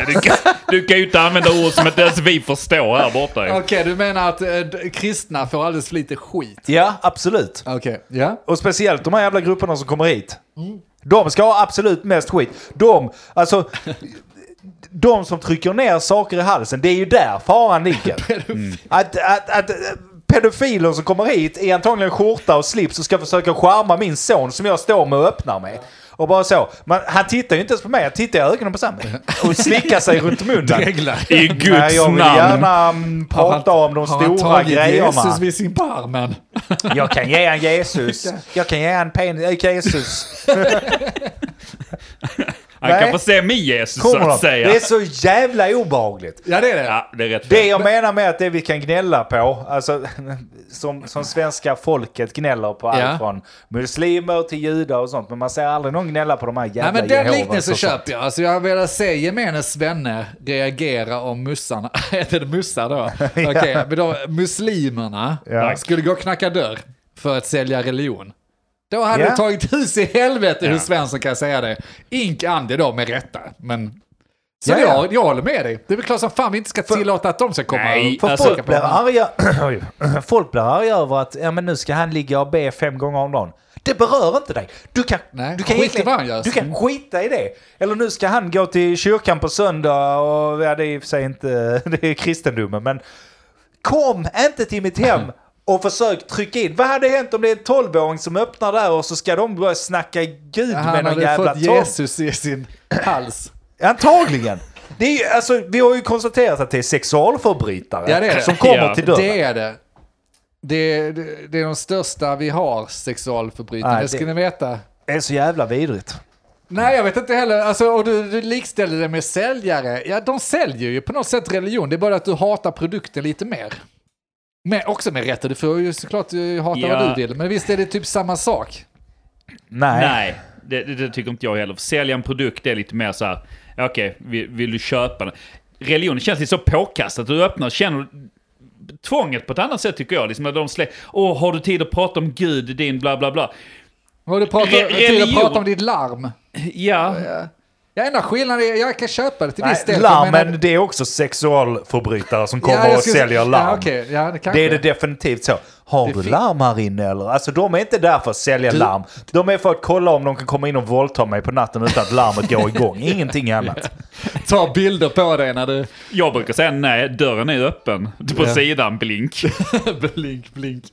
Du kan, du kan ju inte använda ord som inte ens vi förstår här borta. ju. Okej, du menar att eh, d- kristna får alldeles för lite skit? Ja, absolut. Okej, ja. Och speciellt de här jävla grupperna som kommer hit. De ska ha absolut mest skit. De, alltså... De som trycker ner saker i halsen, det är ju där faran ligger. Mm. Mm. Att, att, att eh, pedofiler som kommer hit i antagligen skjorta och slips och ska försöka skärma min son som jag står med och öppnar med. Och bara så. Men han tittar ju inte ens på mig, han tittar i ögonen på Sammy. Och slickar sig runt munnen. Reglar. I Guds Nej, jag vill namn. gärna mm, prata om de Har han stora tagit grejerna. Jesus vid sin barmen? Jag kan ge han Jesus. Jag kan ge han penis. Jag kan ge Jesus. Han kan Nej. få se min Jesus så Kommer de? att säga. Det är så jävla obehagligt. Ja, det är det. Ja, det är rätt Det jag menar med att det vi kan gnälla på, alltså som, som svenska folket gnäller på allt Ja. från muslimer till judar och sånt, men man ser aldrig någon gnälla på de här jävla Nej, men den Jehovas liknelsen och sånt. köper jag. Alltså, jag vill se gemene svenne reagera om mussarna, heter det mussar då? Okej, men då muslimerna Ja. skulle gå och knacka dörr för att sälja religion. Då hade Ja. det tagit hus i helvete hur Svensson kan säga det. Ink Andy då med rätta, men... Så Ja, ja. Jag, jag håller med dig. Det är väl klart som fan vi inte ska tillåta att de ska komma Nej, och För Alltså, folk, försöka blir på arga, Oj. folk blir arga över att ja, men nu ska han ligga och be fem gånger om dagen. Det berör inte dig. Du kan, Nej, du skit kan, i egentligen- vad han gör. du kan skita i det. Eller nu ska han gå till kyrkan på söndag och ja, det är i och för sig inte det är kristendomen. Men kom inte till mitt hem och försök trycka in. Vad hade hänt om det är en tolvåring som öppnar där och så ska de börja snacka Gud med Han någon hade jävla fått tolv... Jesus i sin hals. Antagligen. Det är, ju- alltså, vi har ju konstaterat att det är sexualförbrytare Ja, det är det. som kommer Ja. till dörren. Det är det. Det, det, det är de största vi har, sexualförbrytarna. Nej, det ska det- ni veta. Det är så jävla vidrigt. Nej, jag vet inte heller. Alltså, och du, du likställer det med säljare. Ja, de säljer ju på något sätt religion. Det är bara att du hatar produkten lite mer. Men också med rätt. Du får ju såklart eh, hata Ja. vad du vill. Men visst är det typ samma sak? Nej. Nej, det, det, det tycker inte jag heller. Sälja en produkt det är lite mer så här, okej, vill, vill du köpa den? Religion känns lite så påkastat. Du öppnar känner tvånget på ett annat sätt tycker jag. Liksom när de slä- Åh, har du tid att prata om Gud, din bla bla bla. Och du Re- pratar, till och religion. pratar om ditt larm. Ja, Ja, enda skillnaden är jag kan köpa det till viss Nej, del. larm, Jag menar- men det är också sexualförbrytare som Ja, kommer jag och skulle- säljer larm. Ja, okej. ja, det, kanske. Det är det definitivt så. Har Det du fin- larm här inne eller? Alltså de är inte där för att sälja larm. De är för att kolla om de kan komma in och våldta mig på natten utan att larmet går igång. Ingenting annat. Ta bilder på dig när du... jag brukar säga nej, dörren är öppen. På Ja. sidan, blink. blink, blink.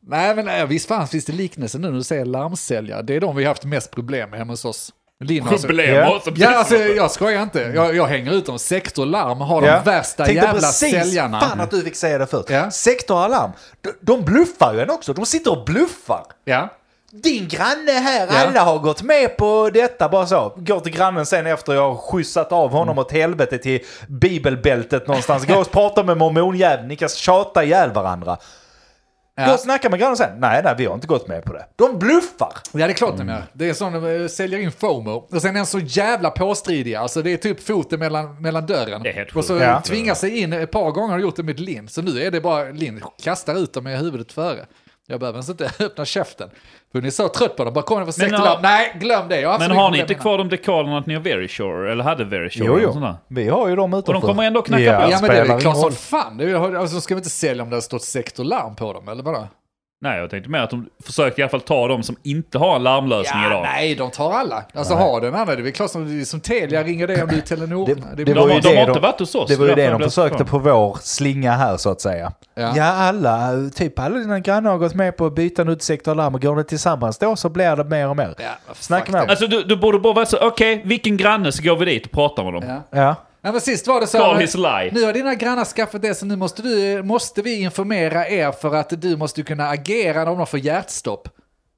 Nej, men nej, visst fanns finns det liknelser nu när du säger larmsäljare. Det är de vi har haft mest problem med hemma hos oss. Linn har- Problem Ja. också. Ja, alltså jag skojar inte. Jag, jag hänger ut dem. Sektorlarm har Ja. de värsta Tänkte jävla precis, säljarna. Fan att du fick säga det först. Ja. Sektoralarm. De, de bluffar ju en också. De sitter och bluffar. Ja. Din granne här, Ja. alla har gått med på detta, bara så. Går till grannen sen efter jag har skjutsat av honom Mm. åt helvete till bibelbältet någonstans. Gå och prata med mormonjäveln, ni kan tjata ihjäl varandra. Gå Ja. och snacka med grannen sen. Nej, nej, vi har inte gått med på det. De bluffar! ja, det är klart de gör. Det är sån de eh, säljer in FOMO. Och sen är den så jävla påstridig. Alltså det är typ foten mellan, mellan dörren. Det är helt och så sjukt. Ja. tvingar sig in ett par gånger och gjort det med Linn. Så nu är det bara Linn kastar ut dem med huvudet före. Jag behöver ens inte öppna käften. För ni är så trött på dem. Bara kommer de för Men sektorlarm. har- Nej, glöm alltså, det. Jag har Men absolut har ni problem inte med kvar de dekalerna att ni har Verisure? Eller hade Verisure? eller något sånt där? Vi har ju dem utanför. kommer ändå knacka Ja men på. det är spelar väl klart ingen som roll. fan. Det är, ju- alltså, ska vi inte sälja om det har stått sektorlarm på dem eller vadå? Nej, jag tänkte mer att de försöker i alla fall ta de som inte har en larmlösning idag. nej, de tar alla. Alltså har den andra, det är väl klart som, som Telia ringer dig om du är Telenor. Det- är bra. det De, var ju har- det de har de- inte varit hos oss. Det var ju därför det jag de blev så försökte förvånad. på vår slinga här så att säga. Ja. alla, typ alla dina grannar har gått med på att byta utsikter och larm och går det tillsammans då så blir det mer och mer. Ja, vad Snacka fuck med det. dem. Alltså du, du borde bara vara så, okej, vilken granne så går vi dit och pratar med dem. Ja. Ja. Nej, men sist var det så Call men- his lie. nu har dina grannar skaffat det så nu måste, du, måste vi informera er för att du måste kunna agera om de får hjärtstopp.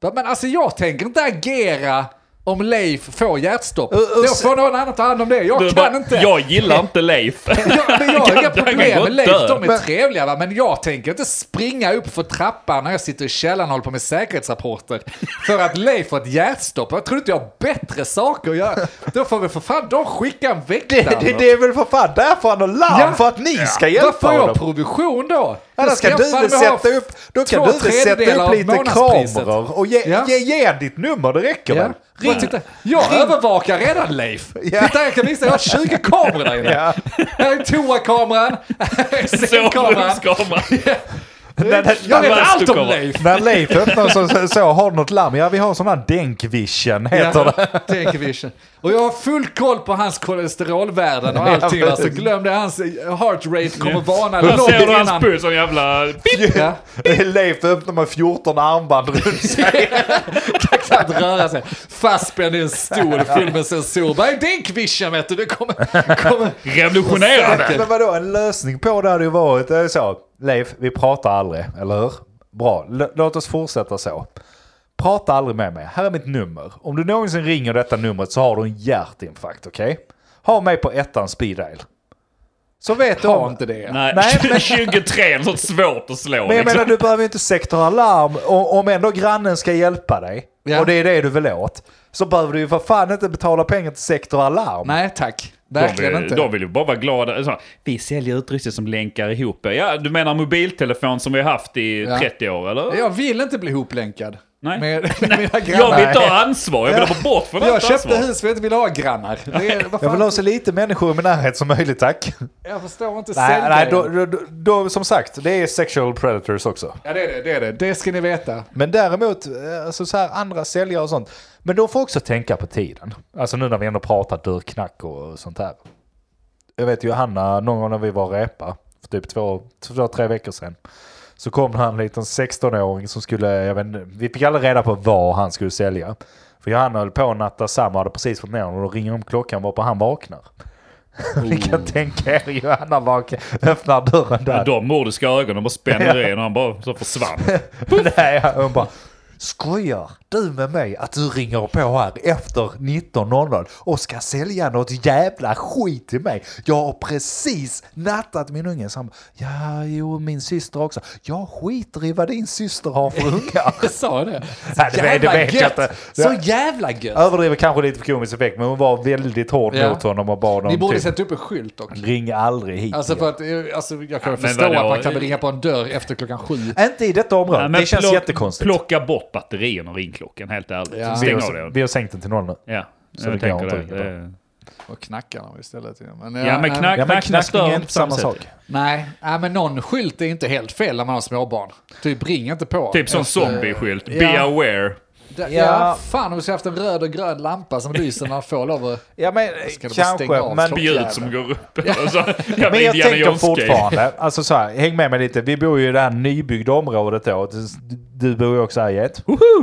Va, Men alltså jag tänker inte agera om Leif får hjärtstopp. Uh, uh, Då får någon annan ta hand om det, jag Du kan bara, inte. Jag gillar inte Leif. Ja, men jag har inga Jag kan problem gott med Leif, de är dö. trevliga va? men jag tänker inte springa upp för trappan när jag sitter i källaren och håller på med säkerhetsrapporter. För att Leif har ett hjärtstopp, jag tror inte jag har bättre saker att göra. Då får vi för fan, de skickar en Det, väktare. det, det är väl för fan därför han har larm, Ja. för att ni ska Då hjälpa får jag honom. provision då. Annars ska du väl sätta upp, då kan du väl sätta upp lite kameror och ge, Ja. ge, ge han ditt nummer, det räcker Ja. väl? Ring. Titta, jag övervakar redan Leif. Ja. Titta, jag kan visa, jag har 20 kameror där inne. Ja. Här är toakameran, här är sängkameran. Sovrumskameran. När, när, Jag vet Där allt stod om kameran. Leif. när Leif öppnar så, så, så har du något larm. Ja, vi har sån här Denkvision heter det. Tänker vision. Och jag har full koll på hans kolesterolvärden och allting. Ja, Alltså, glöm det, hans heart rate kommer vana Där långt ser du hans innan. puls som jävla... Ja. Leif öppnar med 14 armband runt sig. knappt röra sig. Fastspänd i en stol full med sensor. Vad är Denkvision vet du? Det kommer... kommer Revolutionerande! Men vadå, en lösning på det hade ju varit det är så. Leif, vi pratar aldrig, eller hur? Bra, L- låt oss fortsätta så. Prata aldrig med mig, här är mitt nummer. Om du någonsin ringer detta numret så har du en hjärtinfarkt, okej? Ha mig på ettan speed dial. Så vet du Ta om... inte det. Nej, Nej, men- 23 är något svårt att slå. Men jag liksom. menar, du behöver ju inte sektoralarm. Och, om ändå grannen ska hjälpa dig, Ja. och det är det du vill åt, så behöver du ju för fan inte betala pengar till sektoralarm. Nej tack. Verkligen de vill, inte. De vill ju bara vara glada. Så, här, vi säljer utrustning som länkar ihop er. Ja, du menar mobiltelefon som vi har haft i Ja. 30 år, eller? Jag vill inte bli hoplänkad. Nej. Med, med mina Jag grannar. vill ta ansvar. Jag vill vara bort från Jag allt köpte ansvar. hus för jag inte ville ha grannar. Det är, vad Jag vill ha fan? så lite människor i min närhet som möjligt, tack. Jag förstår inte Nej, säljgrejen. nej då, då, då, då, som sagt, det är sexual predators också. Ja det är det, det är det. Det ska ni veta. Men däremot, eh, alltså så här andra säljare och sånt. Men de får också tänka på tiden. Alltså nu när vi ändå pratar dörrknack och sånt här. Jag vet ju Hanna, någon gång när vi var och repa, för typ två, två, tre veckor sedan. Så kom det här en liten 16-åring som skulle, jag vet inte, vi fick aldrig reda på vad han skulle sälja. För Johanna höll på att natta samma, hade precis fått ner honom och då ringer om klockan varpå han vaknar. Ni kan tänka er Johanna vaknar, öppnar dörren där. De mordiska ögonen bara spänner i en och han bara så försvann. Nej, hon bara Skojar du med mig att du ringer på här efter 19.00 och ska sälja något jävla skit till mig? Jag har precis nattat min unge. Så han bara, ja, jo, min syster också. Jag skiter i vad din syster har för ungar. Jag sa det. Nej, det vet- det vet jag inte. Så jävla gött! Överdriver kanske lite för komisk effekt, men hon var väldigt hård Ja. mot honom och bad Ni om borde typ, sätta upp en skylt dock. ring aldrig hit Alltså för igen. att, eh, alltså jag kan Ja, men förstå vadå? att man kan väl ringa på en dörr efter klockan sju. Inte i detta område, Ja, men det känns plock- jättekonstigt. Plocka bort batterien och ringklockan, helt ärligt. Ja. vi, Stäng av har, det. vi har sänkt den till noll nu. Ja, Så jag det går tänker inte det. Eh, att ringa på. det. Och knackarna istället. Men, eh, Ja, men knack, Ja, men knack, knack, knackning stör är inte inte samma sak. Nej, nej, men någon skylt är inte helt fel när man har småbarn. Typ ring inte på. Typ som Efter- zombieskylt. Be Ja. aware. Ja, Ja. fan om vi ska haft en röd och grön lampa som lyser när man får lov att... Ja, men Ska du bara stänga kanske, av men Spjut som går upp. Och så- jävla Men jag Indiana tänker Jones-grej. fortfarande, alltså så här, häng med mig lite. Vi bor ju i det här nybyggda området då. Du, du bor ju också här Get.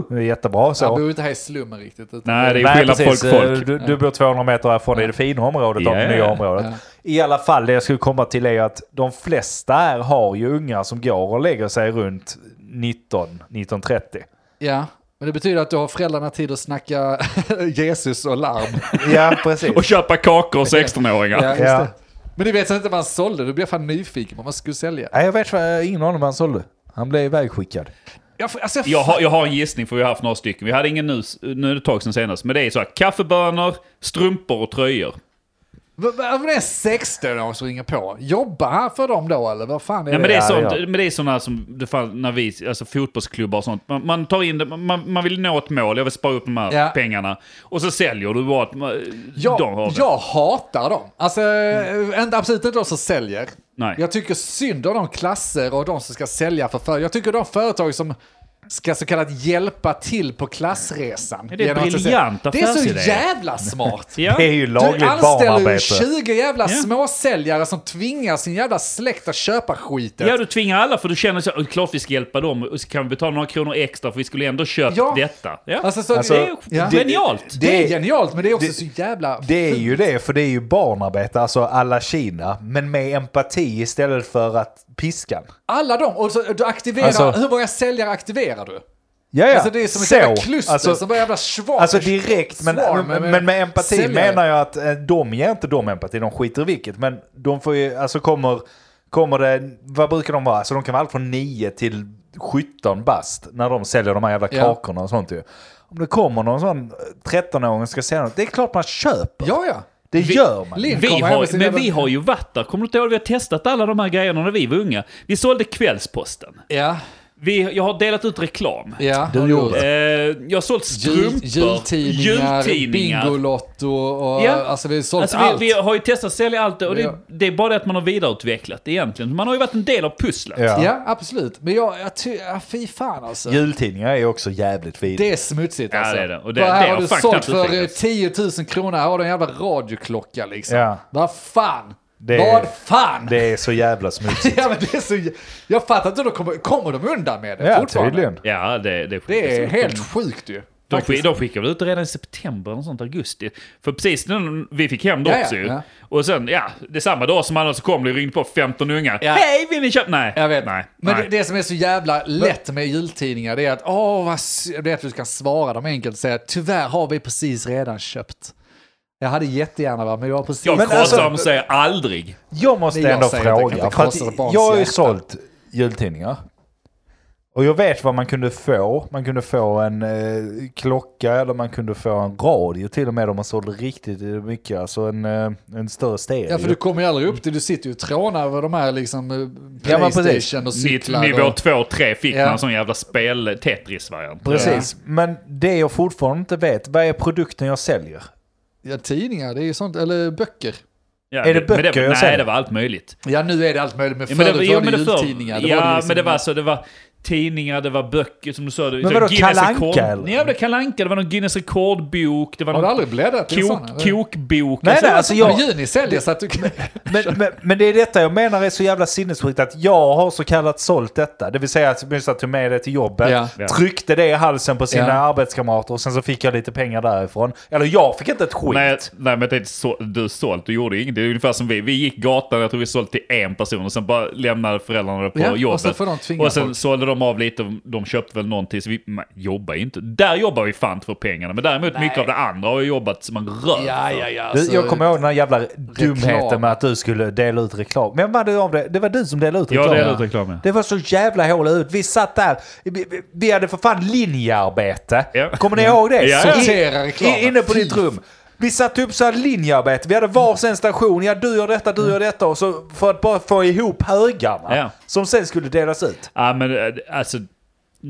Det är jättebra så. Man bor ju inte här i slummen riktigt. Utan Nej, det är Nej, skillnad folk precis. folk. Du, du bor 200 meter härifrån i det fina området av det Ja. nya området. I alla fall, det jag skulle komma till är ju att de flesta här har ju ungar som går och lägger sig runt 19, 19.30. Ja, men det betyder att du har föräldrarna tid att snacka Jesus och larm. Ja, precis. Och köpa kakor och 16-åringar. Ja, just Ja. det. Men du vet så inte vad han sålde, du blir jag fan nyfiken på vad man skulle sälja. Nej, jag vet vad- ingen aning vad han sålde. Han blev ivägskickad. Jag, får- alltså, jag, Jag har, jag har en gissning för vi har haft några stycken. Vi hade ingen nu, nu är det ett tag sedan senast. Men det är så här, kaffebönor, strumpor och tröjor. Vad vad- vad är det en 16-åring som ringer på? Jobbar han för dem då eller vad fan är Ja, det? men det är Ja, sånt, ja. men det är sådana som det fanns när vi, alltså fotbollsklubbar och sånt. Man, man tar in det, man, man vill nå ett mål, jag vill spara upp de här Ja. pengarna. Och så säljer du bara att man, Jag, de har det. jag hatar dem. Alltså, inte- absolut inte de som säljer. Nej. Jag tycker synd om de klasser och de som ska sälja för företag. Jag tycker de företag som ska så kallat hjälpa till på klassresan. Ja, det är Genom att så briljant säga- Det är affärsidé. så jävla smart! Ja. Det är ju Du lagligt anställer ju barnarbete. 20 jävla Ja. småsäljare som tvingar sin jävla släkt att köpa skiten. Ja, du tvingar alla för du känner så här, "Åh, klart vi ska hjälpa dem och så kan vi betala några kronor extra för vi skulle ändå köpt Ja. detta. Ja. Alltså, så Alltså, det är ju ja. genialt. Det är genialt, men det är också det- så jävla... Det är ju det, för det är ju barnarbete, alltså alla Kina, men med empati istället för att piskan. Alla de, och så, du aktiverar, Alltså- hur många säljare aktiverar du? Ja, ja. Alltså det är som ett Så. jävla kluster, Alltså, som en jävla svar. Alltså direkt, men, svar med- men, med men med empati säljare. menar jag att eh, de ger inte dem empati, de skiter i vilket. Men de får ju, alltså kommer, kommer det, vad brukar de vara? Alltså de kan vara allt från 9 till 17 bast när de säljer de här jävla Ja. kakorna och sånt ju. Om det kommer någon sån eh, 13-åring och ska sälja något, det är klart man köper. Ja, ja. Det gör man. Liv Vi kommer hem med har, sin men jävla- vi har ju varit där. Kommer du inte ihåg? Vi har testat alla de här grejerna när vi var unga. Vi sålde Kvällsposten. Ja, Vi, jag har delat ut reklam. ja. Du gjorde Eh, jag har sålt Jul, Eh, strumpor. jultidningar, jultidningar. Bingolotto och... Ja. Alltså vi har sålt Alltså, allt. vi, vi har ju testat att sälja allt det, och Ja. det, det är bara det att man har vidareutvecklat det egentligen. Man har ju varit en del av pusslet. Ja. Ja, absolut. Men jag, jag ty... ja, fy fan alltså. Jultidningar är ju också jävligt vidriga. Det är smutsigt Ja, alltså. det är det. Och det- Bara här det har har du fan sålt knappt för eh, utvecklats. 10 000 kronor, här har du en jävla radioklocka liksom. Ja. Vad fan? Det- Vad fan? Det är så jävla smutsigt. Ja, men det är så... jä- Jag fattar inte hur de kommer... Kommer de undan med det ja, fortfarande? tydligen. Ja, det, det, Det är skickas ut. helt sjukt ju. De, faktiskt. skick, de skickade väl ut det redan i september, eller sånt, augusti. För precis när vi fick hem det Ja, ja, också ju. ja. Och sen, ja, det är samma dag som alla så kom det ringde på 15 ungar. Ja. Hej, vill ni köpa? Nej. Jag vet. Nej. Men nej. Det, det som är så jävla lätt med jultidningar det är att åh, vad s- det är att du kan svara dem enkelt och säga tyvärr har vi precis redan köpt. Jag hade jättegärna va, men jag har precis... jag Men krossar alltså- dem och säger aldrig. Jag måste Det är jag ändå säger, det kan fråga. inte För kosta ett att barns jag har ju hjärta. sålt jultidningar. Och jag vet vad man kunde få. Man kunde få en eh, klocka eller man kunde få en radio till och med om man sålde riktigt mycket. Alltså en, eh, en större stereo. Ja, för du kommer ju aldrig upp till, du sitter ju och trånar över de här liksom eh, Ja, men precis. Playstation och Nitt, cyklar. nivå och, 2 3 fick Ja. man en sån jävla spel Tetris-variant. Precis, men det jag fortfarande inte vet, vad är produkten jag säljer? ja, tidningar, det är ju sånt, eller böcker. Ja, Är det men böcker jag Nej, säger? det var allt möjligt. Ja, nu är det allt möjligt, men Ja, förut men det, ja, var men det det förr- jultidningar. då ja, var liksom- men det var så. Det var tidningar, det var böcker som du sa. Men vadå, Kalle Anka, eller? Nej, det var Kalle Anka. Det var någon Guinness rekordbok. Det var Har du någon aldrig bläddrat i en sån? kok, eller? kokbok. Nej, nej, alltså Ja, jag, men juni säljer så att du kan... Men, men, men det är detta jag menar är så jävla sinnessjukt att jag har så kallat sålt detta. Det vill säga att jag tog med det till jobbet, Ja. Ja. tryckte det i halsen på sina Ja. arbetskamrater och sen så fick jag lite pengar därifrån. Eller jag fick inte ett skit. Nej, nej, men jag tänkte, så, du sålt, du gjorde inget. Det är ungefär som vi. Vi gick gatan, jag tror vi sålde till en person och sen bara lämnade föräldrarna det på Ja, och jobbet. sen får de tvinga och sen folk. sålde de av lite, de köpte väl någonting. Så vi nej, jobbar ju inte. Där jobbar vi fan inte för pengarna. Men däremot mycket av det andra har ju jobbat som en röv. Ja, ja, ja. Du, alltså- jag kommer ihåg den här jävla dumheten med att du skulle dela ut reklam. Men vad det om det? Det var du som delade ut Jag reklam. delade ut reklam, ja. Det var så jävla hål ut. Vi satt där. Vi, vi- vi hade för fan linjearbete. Ja. Kommer ni ihåg det? Ja, ja. I- Sortera reklam. i- Inne på ditt Fy. rum. Vi satte upp så här linjearbete. Vi hade varsin station. Ja, du gör detta, du gör detta. Och så för att bara få ihop högarna. Ja. Som sen skulle delas ut. Ja, men eh, alltså...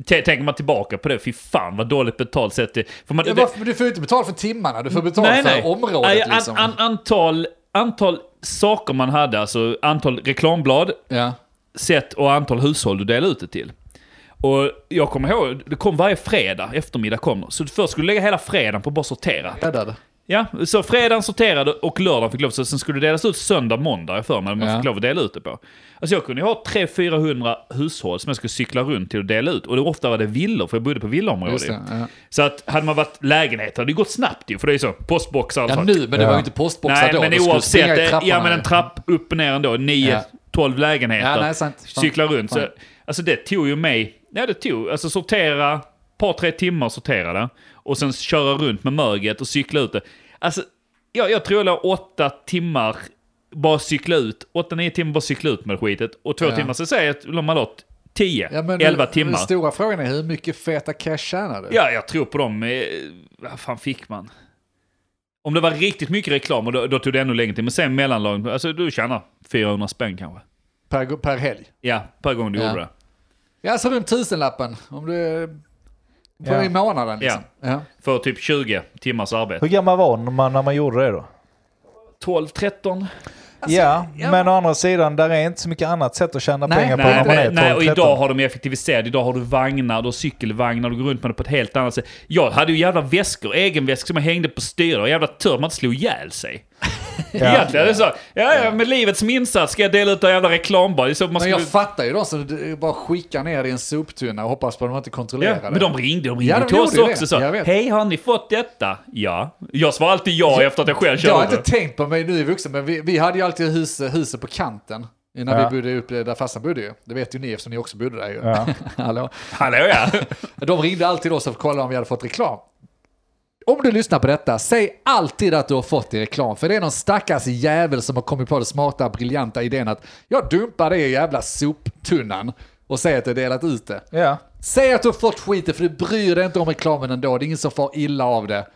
t- Tänker man tillbaka på det, fy fan vad dåligt betalt sett det... För man, Ja, det- Mm. varför, du får ju inte betalt för timmarna, du får betalt för området Nej, an, liksom. an, antal, antal saker man hade, alltså antal reklamblad, ja. sätt och antal hushåll du delade ut det till. Och jag kommer ihåg, det kom varje fredag eftermiddag kom det. Så först skulle du lägga hela fredagen på att bara sortera. Räddad. Ja, så fredagen sorterade och lördagen fick lov. Så sen skulle det delas ut söndag, måndag jag för mig. Man Ja. fick lov att dela ut det på. Alltså jag kunde ju ha 300-400 hushåll som jag skulle cykla runt till och dela ut. Och det, ofta var det villor, för jag bodde på villaområde. Just det, ja. Så att hade man varit lägenhet hade det gått snabbt ju. För det är ju så, postboxar och Ja, sånt. nu, men det var ju inte postboxar Nej, då. men du skulle springa oavsett. i Det, trapporna. ja, men en trapp upp och ner ändå. 9, Ja. 12 lägenheter. Ja, nej, sant. Fan. Cykla runt. Så, Fan. alltså det tog ju mig, ja det tog, alltså sortera, ett par tre timmar sortera det. Och sen köra runt med möget och cykla ut det. Alltså, jag, jag tror jag la åtta timmar bara cykla ut, åtta, nio timmar bara cykla ut med skitet. Och två Ja. timmar, så säger jag att man låt tio, Ja, men elva den- timmar. Den stora frågan är hur mycket feta cash tjänar du? Ja, jag tror på dem. eh, Vad fan fick man? Om det var riktigt mycket reklam, och då, då tog det ännu längre tid. Men sen mellanlagen, alltså du tjänar 400 spänn kanske. Per, go- per helg. Ja, per gång du Ja. gjorde det. Ja, så runt tusenlappen. Om du... På Ja. I månaden liksom. Ja. För typ 20 timmars arbete. Hur gammal var man när man gjorde det då? 12, 13? Alltså, ja, ja. men å andra sidan, där är inte så mycket annat sätt att tjäna Nej. pengar på Nej, när man är nej, nej, och 12-13. idag har de effektiviserat. Idag har du vagnar, du har cykelvagnar, du går runt med det på ett helt annat sätt. Jag hade ju jävla väskor, egen väska som jag hängde på styret. och Jävla tur man inte slog ihjäl sig. Egentligen är det så. Ja, ja, med livet som insats ska jag dela ut av jävla reklamblad. Det är så man Men skulle... jag fattar ju de som d- bara skickar ner det i en soptunna och hoppas på att de inte kontrollerar Ja, det. men de ringde, de ringde Ja, de till gjorde oss ju det. också. Så, Jag vet. Hej, har ni fått detta? Ja. Jag svarar alltid ja efter att jag själv Jag körde. har inte tänkt på mig nu i vuxen, men vi, vi hade ju alltid hus, huset på kanten. När Ja. vi bodde uppe där farsan bodde ju. Det vet ju ni eftersom ni också bodde där ju. Hallå. Hallå ja. De ringde alltid oss och kollade om vi hade fått reklam. Om du lyssnar på detta, säg alltid att du har fått din reklam. För det är någon stackars jävel som har kommit på den smarta, briljanta idén att jag dumpar det i jävla soptunnan och säger att jag delat ut det. Ja. Säg att du har fått skiten för du bryr dig inte om reklamen ändå. Det är ingen som får illa av det.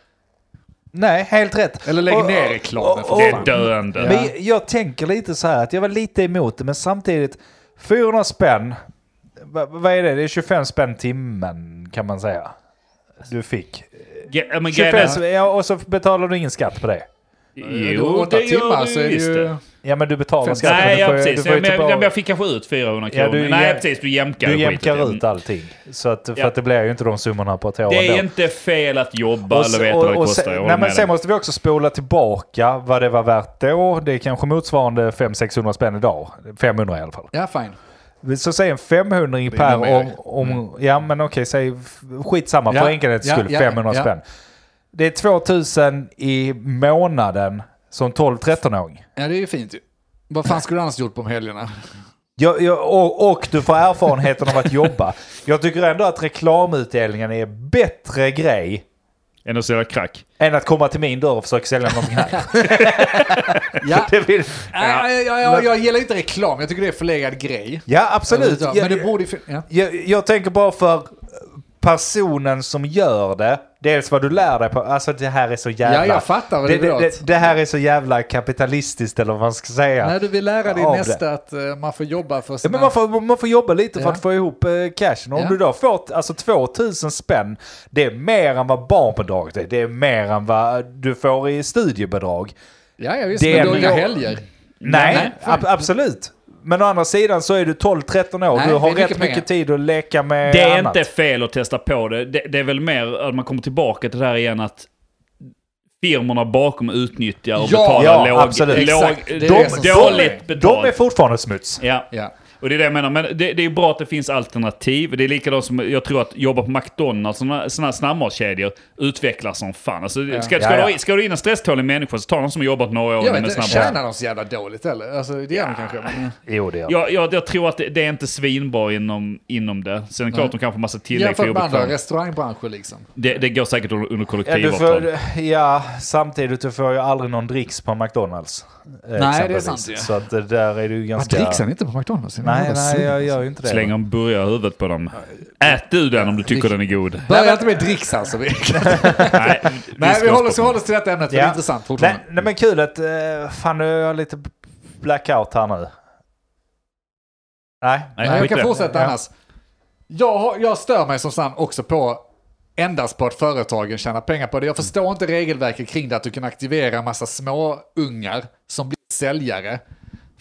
Nej, helt rätt. Eller lägg Och- ner reklamen för och- Det fan. är döende. Men jag- jag tänker lite så här att jag var lite emot det, men samtidigt 400 spänn. Va- vad är det? Det är 25 spänn timmen kan man säga. Du fick. Ja, men grejen 25, är... ja, och så betalar du ingen skatt på det. Jo, åtta det gör du det visst ju- det. Ja men du betalar Fem- skatt. men Nej, du ja, får, ju- precis. Du, får ju men, jag, tillbaka- men jag fick kanske ut 400 kronor. Ja, du Nej, jäm- precis. Du jämkar du skiten. jämkar ut allting. Så att, för Ja. att det blir ju inte de summorna på ett år Det är ändå. inte fel att jobba Och eller se- veta vad det och- och kostar. se- Jag nej, håller men med sen dig. måste vi också spola tillbaka vad det var värt då. Det är kanske motsvarande 500-600 spänn idag. 500 i alla fall. Ja, fine. Så säg en 500 i är per nog mer. Mm. om... om Ja men okej, säg f- skitsamma Ja, för enkelhets ja, skull. ja, 500 ja. spänn. Det är 2000 i månaden som 12-13-åring. Ja, det är ju fint ju. Vad fan skulle du annars gjort på helgerna? Jag, jag, och, och du får erfarenheten av att jobba. Jag tycker ändå att reklamutdelningen är bättre grej Än att sälja crack. än att komma till min dörr och försöka sälja någonting här. Ja. äh, Det vill- Ja. Jag, jag, jag gillar inte reklam, jag tycker det är förlegad grej. Ja, absolut. Men Jag- det borde ju fin- ja. Jag, jag tänker bara för personen som gör det. Dels vad du lär dig på. Alltså det här är så jävla... Ja, jag fattar vad det, du det, drar åt. det, det här är så jävla kapitalistiskt eller vad man ska säga. Nej, du vill lära dig Av nästa det. att eh, man får jobba för Ja, sina... men man, får, man får jobba lite för Ja. att få ihop eh, cashen. Och Om Ja. du då får alltså, 2000 spänn, det är mer än vad barnbidraget är. Det är mer än vad du får i studiebidrag. Ja, ja, visst, Det men är då en- inga helger. Nej, Nej, ab- absolut. Men å andra sidan så är du 12-13 år. Nej, du det har är rätt mycket mycket pengar. tid att leka med Det är Eh, annat. inte fel att testa på det. det. Det är väl mer att man kommer tillbaka till det här igen att firmorna bakom utnyttjar och Ja, betalar ja, låg, absolut. Exakt. låg, Det är dåligt det som- dåligt de, de är betalt. fortfarande smuts. Ja. Ja. Och det är det jag menar. Men det, det är bra att det finns alternativ. Det är likadant som jag tror att jobba på McDonalds, sådana här snabbmatskedjor, utvecklas som fan. Alltså, ska, ska, Ja, ja. Du, ha- ska du ha in en stresstålig människa så ta någon som har jobbat några år Jag med vet inte, snabbmat. tjänar de så jävla dåligt eller? Alltså, det gör de kanske. Men... Jo, det gör de. Jag, jag, jag tror att det, det är inte svinbra inom, inom det. Sen är det klart att de kan få massa tillägg för Jämfört med andra obekväm. restaurangbranscher liksom. Det, det går säkert under under Ja, du kollektivavtal. får, ja, samtidigt du får ju aldrig någon dricks på McDonalds. eh, Nej, det är sant ju. Så att det där är du ganska... inte på McDonalds? Nej, nej, jag alltså. gör ju inte det. Slänger en burgare i huvudet på dem. Ät du den om du tycker den är god. Börja inte med dricks alltså. Vi, Nej, nej, vi discgolfsporten. håller oss, håller oss till detta ämnet, för det är intressant nej, fortfarande. nej, men kul att... eh, Fan, nu har jag lite blackout här nu. Nej. Nej, Nej, jag skit i kan det. fortsätta Ja. annars. Jag, har, jag stör mig som sagt också på endast på att företagen tjänar pengar på det. Jag förstår inte regelverket kring det att du kan aktivera en massa små ungar som blir säljare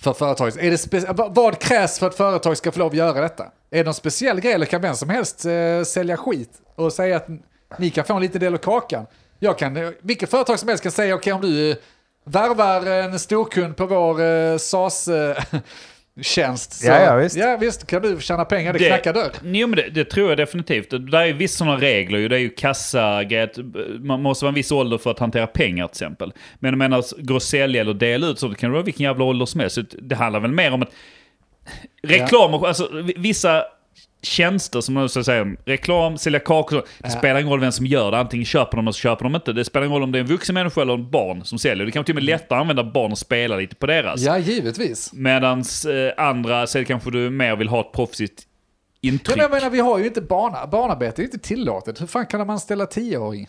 för företaget. Är det spe- vad- vad krävs för att företag ska få lov att göra detta? Är det någon speciell grej eller kan vem som helst eh, sälja skit och säga att ni kan få en liten del av kakan? Jag kan, eh, vilket företag som helst kan säga okej om du eh, värvar en storkund på vår eh, SAS-tjänst. Ja, ja, visst. Ja visst, kan du tjäna pengar, det, knackar dörr. Jo, men det, det tror jag definitivt. Det där är vissa sådana regler. ju. Det är ju kassagrejer. att Man måste vara en viss ålder för att hantera pengar till exempel. Men jag menar, gå och sälja eller dela ut sånt kan det vara vilken jävla ålder som helst. Så Det handlar väl mer om att reklam, och, alltså v- vissa tjänster som man så att säga, reklam, sälja kakor, och så. det spelar ingen roll vem som gör det. Antingen köper de eller så köper de inte. Det spelar ingen roll om det är en vuxen människa eller en barn som säljer. Det kan till och med Mm. lättare att använda barn och spela lite på deras. Ja, givetvis. Medan eh, andra, så är det kanske du mer vill ha ett proffsigt intryck. Men jag menar, vi har ju inte barna, barnarbete, är inte tillåtet. Hur fan kan man ställa tioåring?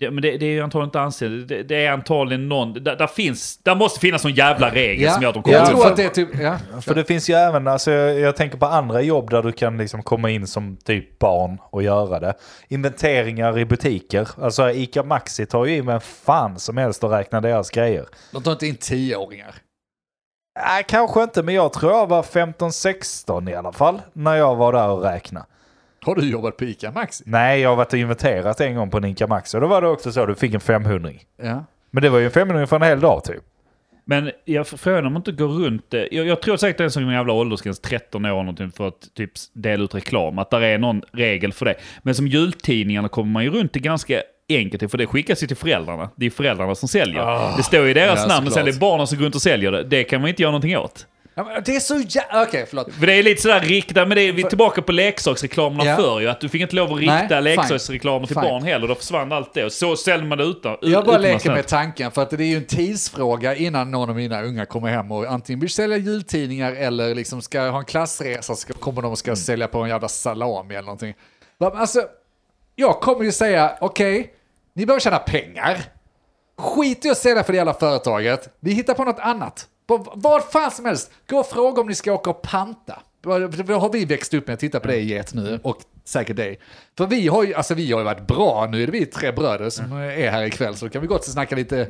Det, men det, det är ju antagligen inte anständigt. Det, det är antagligen någon... Där, där finns... Där måste finnas någon jävla regel som gör att de kommer jag ut. tror att det är typ... Ja. För det finns ju även, alltså jag, jag tänker på andra jobb där du kan liksom komma in som typ barn och göra det. Inventeringar i butiker. Alltså Ica Maxi tar ju in vem fan som helst och räknar deras grejer. De tar inte in tioåringar. Nej, Äh, kanske inte, men jag tror jag var 15-16 i alla fall när jag var där och räknade. Har du jobbat på ICA Maxi? Nej, jag har varit och inventerat en gång på en Ica Maxi och då var det också så, du fick en 500 Ja. Men det var ju en 500 för en hel dag typ. Men jag frågar om man inte går runt det. Jag, jag tror säkert det är en sån jävla åldersgräns, 13 år eller någonting, för att typ dela ut reklam. Att där är någon regel för det. Men som jultidningarna kommer man ju runt det ganska enkelt, för det skickas ju till föräldrarna. Det är föräldrarna som säljer. det står ju i deras Ah, ja, namn, men sen är såklart. det barnen som går runt och säljer det. Det kan man inte göra någonting åt. Ja, men Det är så jävla... Okej, förlåt. För det är lite sådär riktat, men det är, vi är tillbaka på leksaksreklamerna Ja. förr ju. Att du fick inte lov att rikta Nej, fine. leksaksreklamer till Fine. barn heller. Då försvann allt det. Och så säljer man det utan... Jag bara utan leker sen. med tanken, för att det är ju en tidsfråga innan någon av mina unga kommer hem och antingen vill sälja jultidningar eller liksom ska ha en klassresa så kommer de och ska sälja på en jävla salami eller någonting. Va, men Alltså, jag kommer ju säga, okej, ni behöver tjäna pengar. Skit i att sälja för det jävla företaget. Vi hittar på något annat. På vad fan som helst. Gå och fråga om ni ska åka och panta. Vad har vi växt upp med? Titta på dig Get nu och säkert dig. För vi har ju, alltså vi har ju varit bra. Nu är det vi tre bröder som är här ikväll så då kan vi gott snacka lite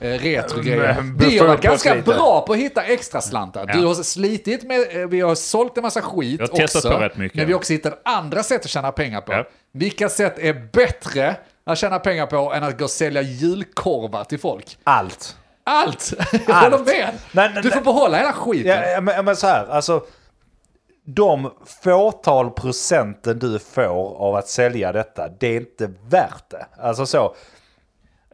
eh, retrogrejer. Men, Vi har varit befrukta oss ganska lite. bra på att hitta extra slantar. Du Ja. har slitit med, eh, vi har sålt en massa skit Jag har testat också, på rätt mycket. Men vi har också hittat andra sätt att tjäna pengar på. Ja. Vilka sätt är bättre att tjäna pengar på än att gå och sälja julkorvar till folk? Allt. Allt! Jag håller med! Nej, nej, du får nej. behålla hela skiten. Ja, ja, men, ja, men så här, alltså. De fåtal procenten du får av att sälja detta, det är inte värt det. Alltså så.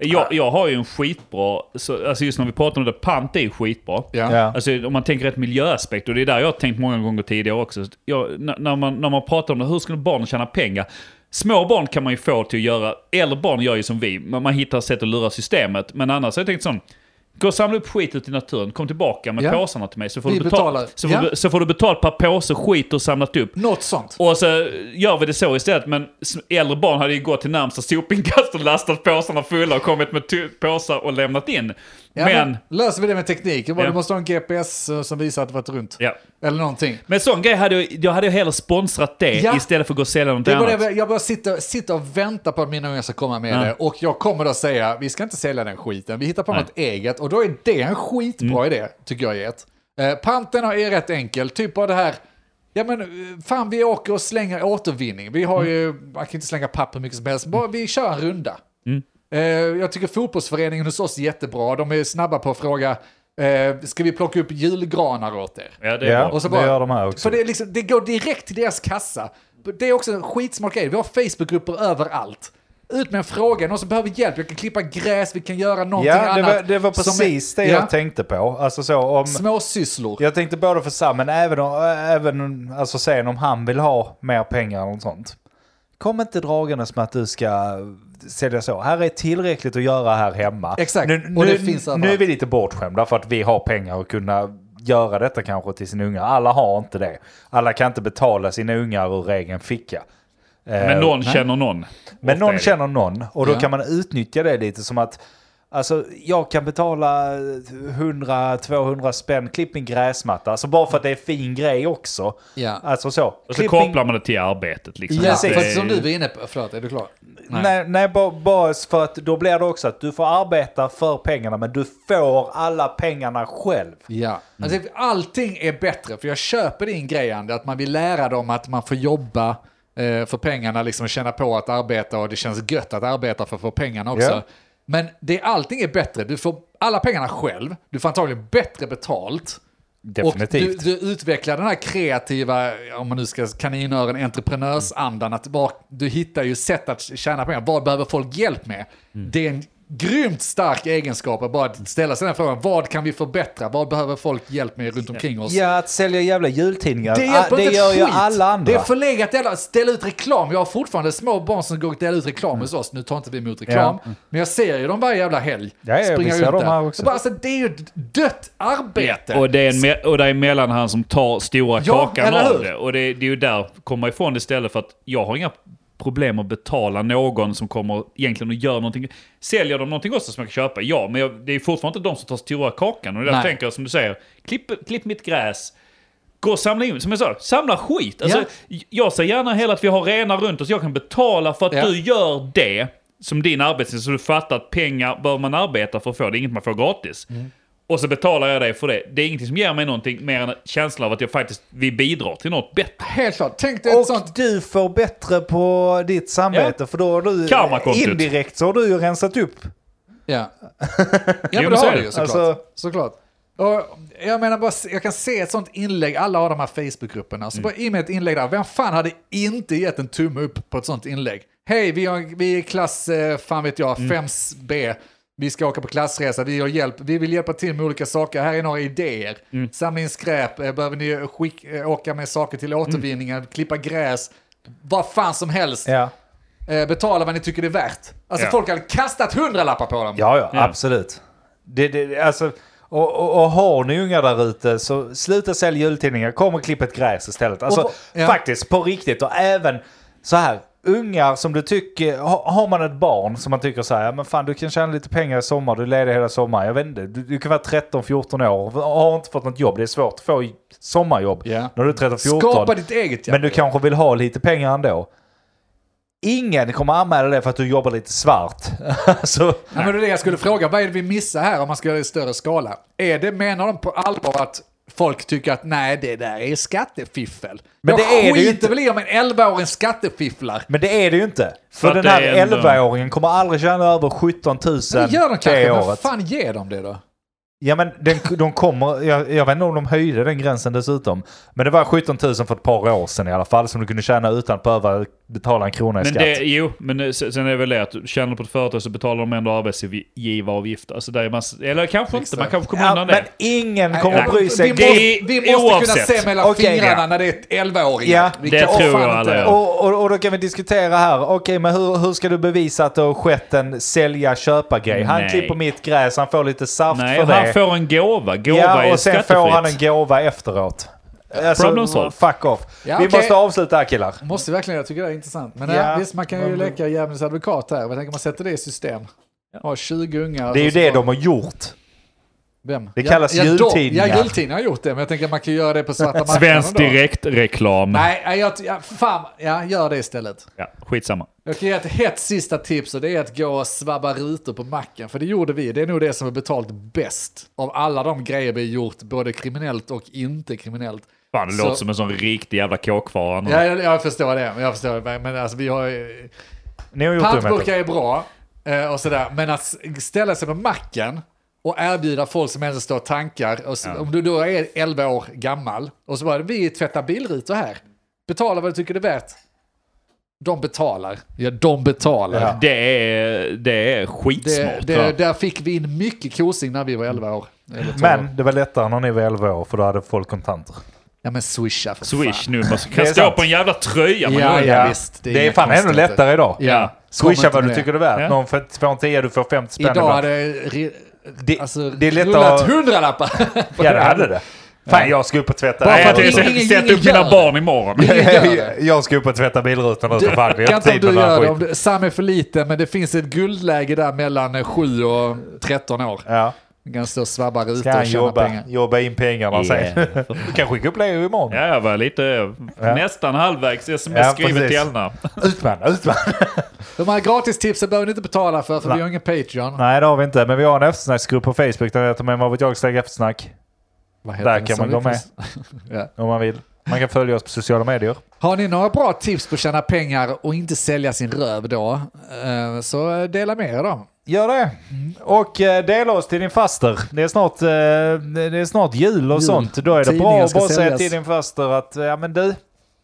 Jag, jag har ju en skitbra, så, alltså just när vi pratar om det, pant är ju skitbra. Ja. Ja. Alltså om man tänker rätt miljöaspekt, och det är där jag har tänkt många gånger tidigare också. Jag, n- när, man, när man pratar om det, hur skulle barn tjäna pengar? Små barn kan man ju få till att göra, äldre barn gör ju som vi, man, man hittar sätt att lura systemet. Men annars har jag tänkt sån, gå och samla upp skit ute i naturen, kom tillbaka med Ja. påsarna till mig så får, Vi du betala, betalar. så, får Ja. du, så får du betalt per påse skit du samlat upp. Något sånt. Och så gör vi det så istället, men s- äldre barn hade ju gått till närmsta sopinkast och lastat påsarna fulla och kommit med tu- påsar och lämnat in. Ja, men, men, löser vi det med teknik? Det var- Ja. Du måste ha en GPS eh, som visar att det varit runt. ja. Eller någonting. Men sån grej hade jag, jag hade ju hellre sponsrat det Ja. istället för att gå och sälja något Det var det, annat. jag- jag bara sitter, sitter och väntar på att mina unga ska komma med Ja. det. Och jag kommer då säga, vi ska inte sälja den skiten, vi hittar på Nej. Mm. något eget. Och då är det en skitbra idé, tycker jag Get. Eh, panten är rätt enkel, typ av det här, ja men eh, fan vi åker och slänger återvinning. Vi Mm. har ju, man kan inte slänga papper hur mycket som helst, bara vi kör en runda. Mm. Eh, jag tycker fotbollsföreningen hos oss är jättebra, de är snabba på att fråga, eh, ska vi plocka upp julgranar åt er? Ja, det är Ja, bra. Och så det bara- gör de här också. För det, är liksom, det går direkt till deras kassa. Det är också en skitsmart grej. Vi har Facebookgrupper överallt. Ut med en fråga, någon som behöver hjälp. Jag kan klippa gräs, vi kan göra någonting ja, det annat. var, det var som är- precis det ja, jag tänkte på. Alltså så om... Småsysslor. Jag tänkte både för Sam, men även, om, även alltså sen om han vill ha mer pengar eller något sånt. Kom inte dragandes med att du ska sälja så. Här är tillräckligt att göra här hemma. Exakt, Nu, och det nu, finns överallt. nu är vi lite bortskämda för att vi har pengar att kunna göra detta kanske till sina ungar. Alla har inte det. Alla kan inte betala sina ungar ur egen ficka. Men någon känner någon. Men Ofta är någon det. känner någon och då Ja. kan man utnyttja det lite som att Alltså jag kan betala 100-200 spänn, klipp min gräsmatta. Alltså bara för att det är fin grej också. Ja. Alltså så. Och så Klipp min- kopplar man det till arbetet liksom. ja, Att det för att är- som du var inne på, förlåt, är du klar? Nej, nej, bara, bara för att då blir det också att du får arbeta för pengarna men du får alla pengarna själv. Ja. Alltså, allting är bättre, för jag köper din grej, Andy, att man vill lära dem att man får jobba eh, för pengarna, liksom känna på att arbeta och det känns gött att arbeta för att få pengarna också. Ja. Men det, allting är bättre, du får alla pengarna själv, du får antagligen bättre betalt. Och du, du utvecklar den här kreativa, om man nu ska kaninören, entreprenörsandan. Att bara, du hittar ju sätt att tjäna pengar. Vad behöver folk hjälp med? Mm. Det är en grymt stark egenskap att bara ställa sig den frågan. Vad kan vi förbättra? Vad behöver folk hjälp med runt omkring oss? Ja, att sälja jävla jultidningar. Det ah, hjälper det inte gör ett ju skit. alla andra. Det är förlegat jävla, ställa ut reklam. Jag har fortfarande små barn som går och delar ut reklam Mm. hos oss. Nu tar inte vi emot reklam. Men jag ser ju dem varje jävla helg. Ja, ja, vi Springer ser ut dem där. här också. Jag Bara, alltså, det är ju ett dött arbete. Och det, är en me- och det är mellanhand som tar stora Ja, kakan eller av hur? det. Och det, det är ju där komma ifrån det istället för att jag har inga problem att betala någon som kommer egentligen och gör någonting. Säljer de någonting också som jag kan köpa? Ja, men jag, det är fortfarande inte de som tar stora kakan. Och det där Nej. tänker jag som du säger, klipp, klipp mitt gräs. Gå och samla in, som jag sa, samla skit. Alltså, Jag ser gärna hellre att vi har rena runt oss. Jag kan betala för att Ja. du gör Mm. det som din arbetsinsats. Så du fattar att pengar behöver man arbeta för att få. Det är inget man får gratis. Och så betalar jag dig för det. Det är ingenting som ger mig någonting mer än känslan av att jag faktiskt vill bidra till något bättre. Helt klart. Tänk dig ett Och sånt... du får bättre på ditt samvete Ja. för då har du eh, Karmakontot. indirekt så har du ju rensat upp. Ja, ja men men det så har är du det. ju såklart. Alltså- såklart. Och jag menar bara, jag kan se ett sånt inlägg, alla har de här Facebookgrupperna, Mm. så bara i med ett inlägg där, vem fan hade inte gett en tumme upp på ett sånt inlägg? Hej, vi, har, vi är i klass, eh, fan vet jag, Mm. 5B, vi ska åka på klassresa, vi, har hjälp, vi vill hjälpa till med olika saker, här är några idéer. Mm. Samla in skräp, Eh, behöver ni skick, eh, åka med saker till återvinningen, Mm. klippa gräs, vad fan som helst. Ja, Eh, betala vad ni tycker det är värt. Alltså Ja. folk hade kastat hundralappar på dem. ja, ja, absolut. Det, det, alltså, och, och, och har ni ungar där ute så sluta sälja jultidningar. Kom och klipp ett gräs istället. Alltså, Och vad- ja. Faktiskt, på riktigt. Och även så här. Ungar som du tycker, ha- har man ett barn som man tycker så här, "Ja, men fan du kan tjäna lite pengar i sommar, du är ledig hela sommaren. Jag vet inte, du, du kan vara 13-14 år och har inte fått något jobb. Det är svårt att få sommarjobb Ja. när du är 13-14. Skapa ditt eget ja. Men du kanske vill ha lite pengar ändå. Ingen kommer anmäla dig för att du jobbar lite svart. alltså, ja, men det är det jag skulle fråga, vad är det vi missar här om man ska göra det i större skala? Är det, menar de på allvar att folk tycker att nej det där är skattefiffel? Men jag det är det ju skiter inte. väl i om en 11-åring skattefifflar. men det är det ju inte. För För, att den det här är ändå- 11-åringen kommer aldrig tjäna över 17 000 Det gör de det kanske, men året. fan ger de det då? Ja men den, de kommer, jag, jag vet inte om de höjde den gränsen dessutom. Men det var 17 000 för ett par år sedan i alla fall som du kunde tjäna utan att behöva betala en krona i Men skatt. det, jo, men eh, se- sen är det väl det att du tjänar på ett företag så betalar de ändå arbetsgivaravgifter. Alltså där är man, eller kanske inte, man kanske kommer ja, undan men det. ingen Nej, kommer jag- bry sig. Vi måste, Det är- vi måste kunna oavsett. se mellan Okej, fingrarna ja. när det är ett 11-åring. Ja, Vi det kan- tror åh, fan jag inte. alla gör. Och, och, och då kan vi diskutera här, okej men hur, hur ska du bevisa att det har skett en sälja-köpa-grej? Han Nej. klipper mitt gräs, han får lite saft Nej, för det. han får en gåva. Gåva ja, är och sen skattefritt. får han en gåva efteråt. Alltså, Problem solved. fuck off. Ja, vi okej. måste avsluta här killar. Måste verkligen, jag tycker det är intressant. Men Ja. ja. visst, man kan ju leka djävulens advokat här. Vad tänker man sätter det i system? Ha 20 ungar. Det är ju och så det bara- de har gjort. Vem? Det kallas ja, jultidningar. Ja, jultidningar har gjort det, men jag tänker att man kan göra det på svarta marknaden Svensk då. direktreklam. Nej, nej, jag, ja, fan, ja, gör det istället. Ja, skitsamma. Jag kan ge ett hett sista tips och det är att gå och svabba rutor på macken. För det gjorde vi, det är nog det som är betalt bäst av alla de grejer vi gjort, både kriminellt och inte kriminellt. Fan, det Så- låter som en sån riktig jävla kåkfara nu. Ja, jag, jag förstår det, jag förstår det, men alltså vi har ju- Ni har gjort det Mette. Pantburkar är bra eh, och sådär, men att s- ställa sig på macken och erbjuda folk som helst står tankar, och så, om du då är 11 år gammal, och så bara vi tvättar bilrutor här, betala vad du tycker det är värt. De betalar. Ja, de betalar. Ja. Det är, det är Det, skitsmart. det, där fick vi in mycket kosing när vi var 11 år. Eller 12 år. Men det var lättare när ni var 11 år för då hade folk kontanter. Ja men swisha för Swish fan. nu. Man Det är kan stå sant. på en jävla tröja. Man Ja, gör det. ja, visst. Det är inga fan ännu konstigheter. lättare idag. Ja. Swisha Kom vad inte du med tycker det är värt. Ja. Någon får får en 10, du får 50 spänn. Idag hade re, det, alltså, det är lätt rullat att... hundralappar. Ja, det hade det. Fan, jag ska upp och tvätta. Bara Nej, för jag att tänkte ingen- sätta ingen upp mina gör barn imorgon. Jag, jag ska upp och tvätta bilrutan nu för fan. Vi kan har inte inte om tid med du den gör det. här Om skiten. du, Sam är för liten, men det finns ett guldläge där mellan eh, 7 och 13 år. Ja. Du kan stå och svabba Ska rutor han och tjäna jobba, pengar. jobba in pengarna sen? Yeah. Du kan skicka upp Leo imorgon. Ja, jag var lite nästan halvvägs sms-skrivet precis. till Elna. Ut med den, ut med den. De här gratistipsen behöver ni inte betala för, för Nej. vi har ingen Patreon. Nej, det har vi inte. Men vi har en eftersnacksgrupp på Facebook där det heter Men vad vet jag steg eftersnack. Vad Där den kan som man gå finns? ja. Om man vill. Man kan följa oss på sociala medier. Har ni några bra tips på att tjäna pengar och inte sälja sin röv då, eh, så eh, dela med er dem. Gör det. Och eh, dela oss till din faster. Det är snart, eh, det är snart jul och Jul. sånt. Då är det bra Tidningar att ska bara säga säljas. till din faster att ja, men du,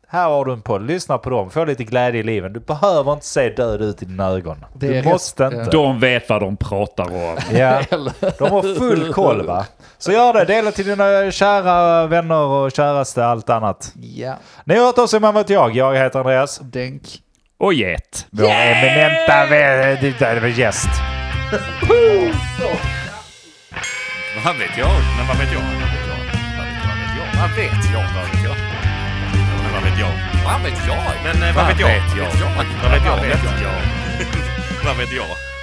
här har du en podd. Lyssna på dem. Få lite glädje i livet. Du behöver inte se död ut i dina ögon. Det du är måste rätt, inte. De vet vad de pratar om. Ja. Eller- De har full koll va? Så gör det. Dela till dina kära vänner och käraste allt annat. Ja, Ni har hört oss i Man vet jag. Jag heter Andreas. denk. Och get. Vår eminenta vä- det- det- det- gäst. Vad vet jag? Men vad vet jag? Vad vet jag? Vad vet jag? Vad vet jag? Men vad vet jag? eh, Vad vet jag? Men vad vet jag? Vad vet jag? Vad vet jag? Vad vet jag?